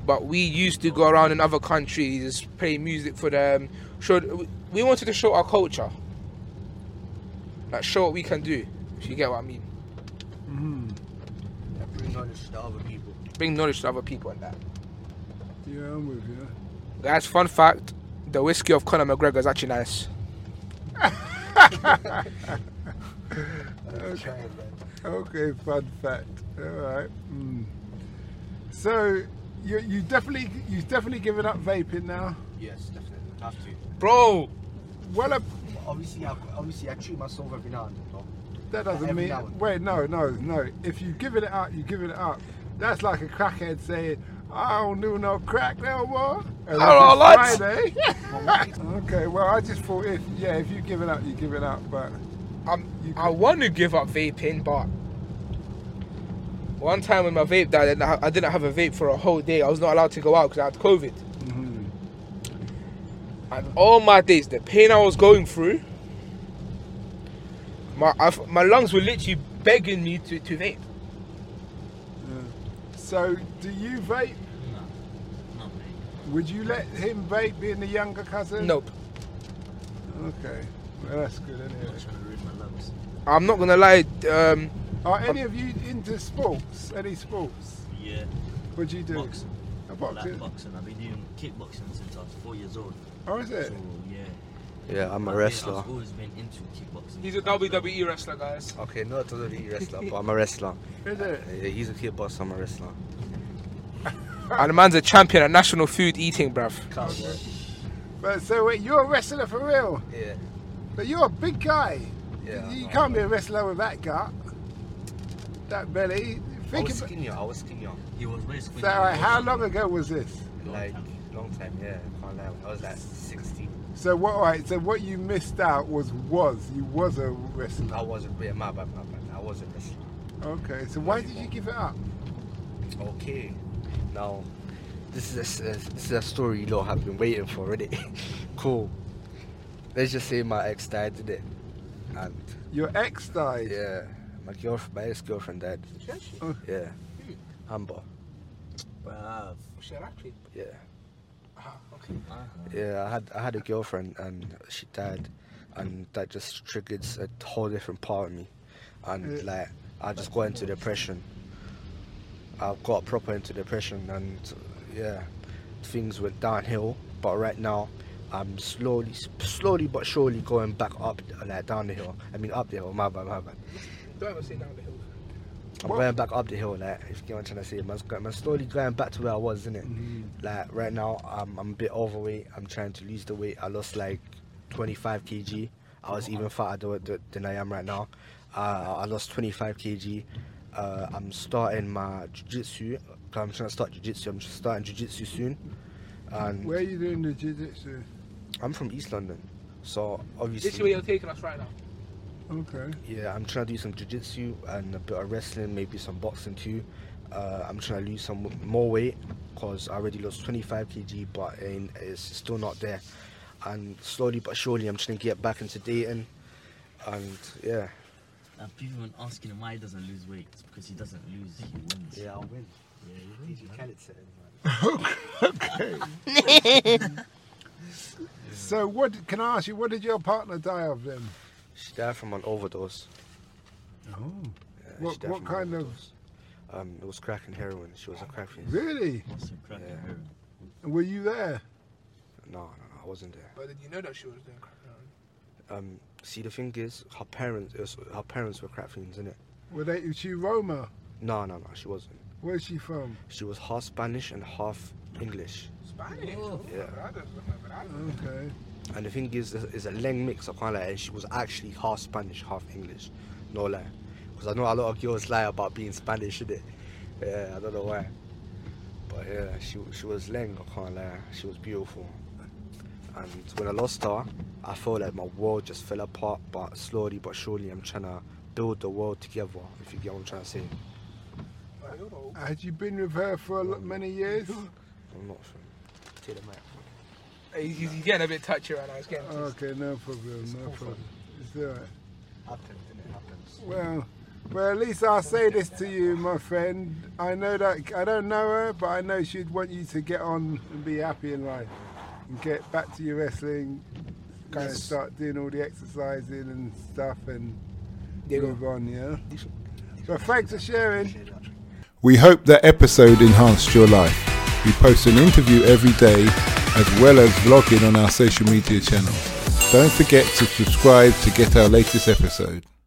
Speaker 3: but we used to go around in other countries, play music for them. Showed we wanted to show our culture, like show what we can do. If you get what I mean,
Speaker 1: Mm.
Speaker 4: Bring knowledge to other people.
Speaker 3: bring knowledge to other people and that.
Speaker 1: Yeah, I'm with you.
Speaker 3: Guys, fun fact: the whiskey of Conor McGregor is actually nice.
Speaker 1: Okay. Okay, fun fact. All right. Mm. So you you definitely you've definitely given up vaping now.
Speaker 4: Yes, definitely. Have to.
Speaker 3: Bro,
Speaker 1: Well, uh,
Speaker 4: But obviously, I, obviously, I treat myself every now and then. Though.
Speaker 1: that doesn't
Speaker 4: Every
Speaker 1: mean.
Speaker 4: now and-
Speaker 1: Wait, no, no, no. If you've given it up, you've given it up. That's like a crackhead saying, "I don't do no crack no more." And
Speaker 3: Hello,
Speaker 1: that's
Speaker 3: lads.
Speaker 1: Friday. okay. Well, I just thought if yeah, if you've given up, you've given up. But
Speaker 3: I'm,
Speaker 1: You
Speaker 3: I want to give up vaping, but one time when my vape died, and I I didn't have a vape for a whole day. I was not allowed to go out because I had COVID.
Speaker 1: mhm.
Speaker 3: And all my days, the pain I was going through, my I f my lungs were literally begging me to, to vape.
Speaker 1: so do you vape?
Speaker 2: No. Not me.
Speaker 1: Would you let him vape, being the younger cousin?
Speaker 3: Nope.
Speaker 1: Okay. Well, that's good
Speaker 2: I'm
Speaker 1: anyway.
Speaker 2: not trying to ruin my lungs.
Speaker 3: I'm not gonna lie. Um,
Speaker 1: Are any of you into sports? Any sports?
Speaker 2: Yeah.
Speaker 1: What do you do?
Speaker 2: Boxing.
Speaker 1: A
Speaker 2: Like
Speaker 1: boxing.
Speaker 2: boxing. I've been doing kickboxing since I was four years old.
Speaker 1: Oh, is it?
Speaker 2: So yeah.
Speaker 4: Yeah, I'm
Speaker 2: I've
Speaker 4: a
Speaker 2: been-
Speaker 4: wrestler.
Speaker 2: I've always been into kickboxing.
Speaker 3: he's a E. WWE wrestler, guys.
Speaker 4: Okay, not a WWE wrestler, but I'm a wrestler.
Speaker 1: Is it?
Speaker 4: Yeah, he's a kid boss, I'm a wrestler.
Speaker 3: And the man's a champion at national food eating, bruv.
Speaker 1: But so wait, you're a wrestler for real?
Speaker 4: Yeah.
Speaker 1: But you're a big guy.
Speaker 4: Yeah.
Speaker 1: you can't be a wrestler with that gut, that belly.
Speaker 4: I
Speaker 1: Think
Speaker 4: was
Speaker 1: about.
Speaker 4: skinnier, I was skinnier.
Speaker 2: He was basically.
Speaker 1: So uh, how long ago was this?
Speaker 4: Like, long time, yeah. Can't lie. I was like 16.
Speaker 1: So what? All right. So what you missed out was was you was a
Speaker 4: I
Speaker 1: wrestler.
Speaker 4: wasn't, yeah, my bad, my bad. I was a wrestler.
Speaker 1: Okay. So why did you give it up?
Speaker 4: Okay. Now, this is a, this is a story you lot have been waiting for, already. cool. Let's just say my ex died today. And
Speaker 1: Your ex died.
Speaker 4: yeah, my girlfriend, my ex girlfriend died.
Speaker 1: Oh.
Speaker 4: Yeah. Amber.
Speaker 2: Bruv.
Speaker 4: Yeah.
Speaker 3: okay.
Speaker 4: Yeah, I had I had a girlfriend and she died, and that just triggered a whole different part of me, and
Speaker 1: Yeah.
Speaker 4: like I just got into depression. I got proper into depression, and yeah, things went downhill. But right now, I'm slowly, slowly but surely going back up, like down the hill. I mean up the hill. My bad, my bad.
Speaker 3: Don't ever say down the hill.
Speaker 4: I'm
Speaker 1: Well-
Speaker 4: going back up the hill, like if you get what I'm trying to say, man. I'm I'm slowly going back to where I was, innit?
Speaker 1: Mm.
Speaker 4: Like right now, I'm, I'm a bit overweight. I'm trying to lose the weight. I lost like 25 kg. I was even fatter than, than I am right now. Uh, I lost 25 kg. Uh, I'm starting my jiu-jitsu. I'm trying to start jiu-jitsu. I'm starting jiu-jitsu soon. And
Speaker 1: Where are you doing the jiu-jitsu?
Speaker 4: I'm from East London, so obviously.
Speaker 3: This is where you're taking us right now.
Speaker 1: Okay.
Speaker 4: Yeah, I'm trying to do some jiu-jitsu and a bit of wrestling, maybe some boxing too. Uh, I'm trying to lose some w- more weight because I already lost 25 kg, but it ain't- it's still not there. And slowly but surely, I'm trying to get back into dating. And yeah,
Speaker 2: And people been asking him why he doesn't lose weight. It's because he doesn't lose, he wins.
Speaker 4: I'll win.
Speaker 2: Yeah, he wins. man.
Speaker 1: So what? Can I ask you? What did your partner die of then?
Speaker 4: She died from an overdose.
Speaker 1: Oh.
Speaker 4: Yeah, she
Speaker 1: What,
Speaker 4: died
Speaker 1: what
Speaker 4: from an
Speaker 1: kind of?
Speaker 4: overdose. Um, it was crack and heroin. She was a crack fiend.
Speaker 1: Really?
Speaker 2: What's some crack in
Speaker 4: Yeah.
Speaker 2: heroin?
Speaker 1: Were you there?
Speaker 4: No, no, no, I wasn't there.
Speaker 3: But did you know that she was doing crack heroin?
Speaker 4: Um, see, the thing is, her parents, it was, her parents were crack fiends, innit?
Speaker 1: Were they? Was she Roma?
Speaker 4: No, no, no, she wasn't.
Speaker 1: Where's she from?
Speaker 4: She was half Spanish and half English.
Speaker 3: Spanish.
Speaker 4: Yeah.
Speaker 3: I don't remember that.
Speaker 1: Okay.
Speaker 4: And the thing is, it's a Leng mix. I can't lie. And she was actually half Spanish, half English. No lie. Because I know a lot of girls lie about being Spanish, innit? Yeah, I don't know why. But yeah, she she was leng, I can't lie. She was beautiful. And when I lost her, I felt like my world just fell apart. But slowly but surely, I'm trying to build the world together. If you get what I'm trying to say.
Speaker 1: Had you been with her for a lot, many years?
Speaker 4: I'm not sure. Take the mic.
Speaker 3: He's, he's getting a bit touchy right now. He's getting.
Speaker 1: Okay, no problem, no problem. It's all right.
Speaker 4: Happens, innit? Happens.
Speaker 1: Well, well, at least I'll say this to you, my friend. I know that I don't know her, but I know she'd want you to get on and be happy in life, and get back to your wrestling, kind of
Speaker 3: Yes.
Speaker 1: start doing all the exercising and stuff, and
Speaker 3: There you go.
Speaker 1: move on. Yeah. But thanks for sharing. We hope that episode enhanced your life. We post an interview every day, as well as vlogging on our social media channels. Don't forget to subscribe to get our latest episode.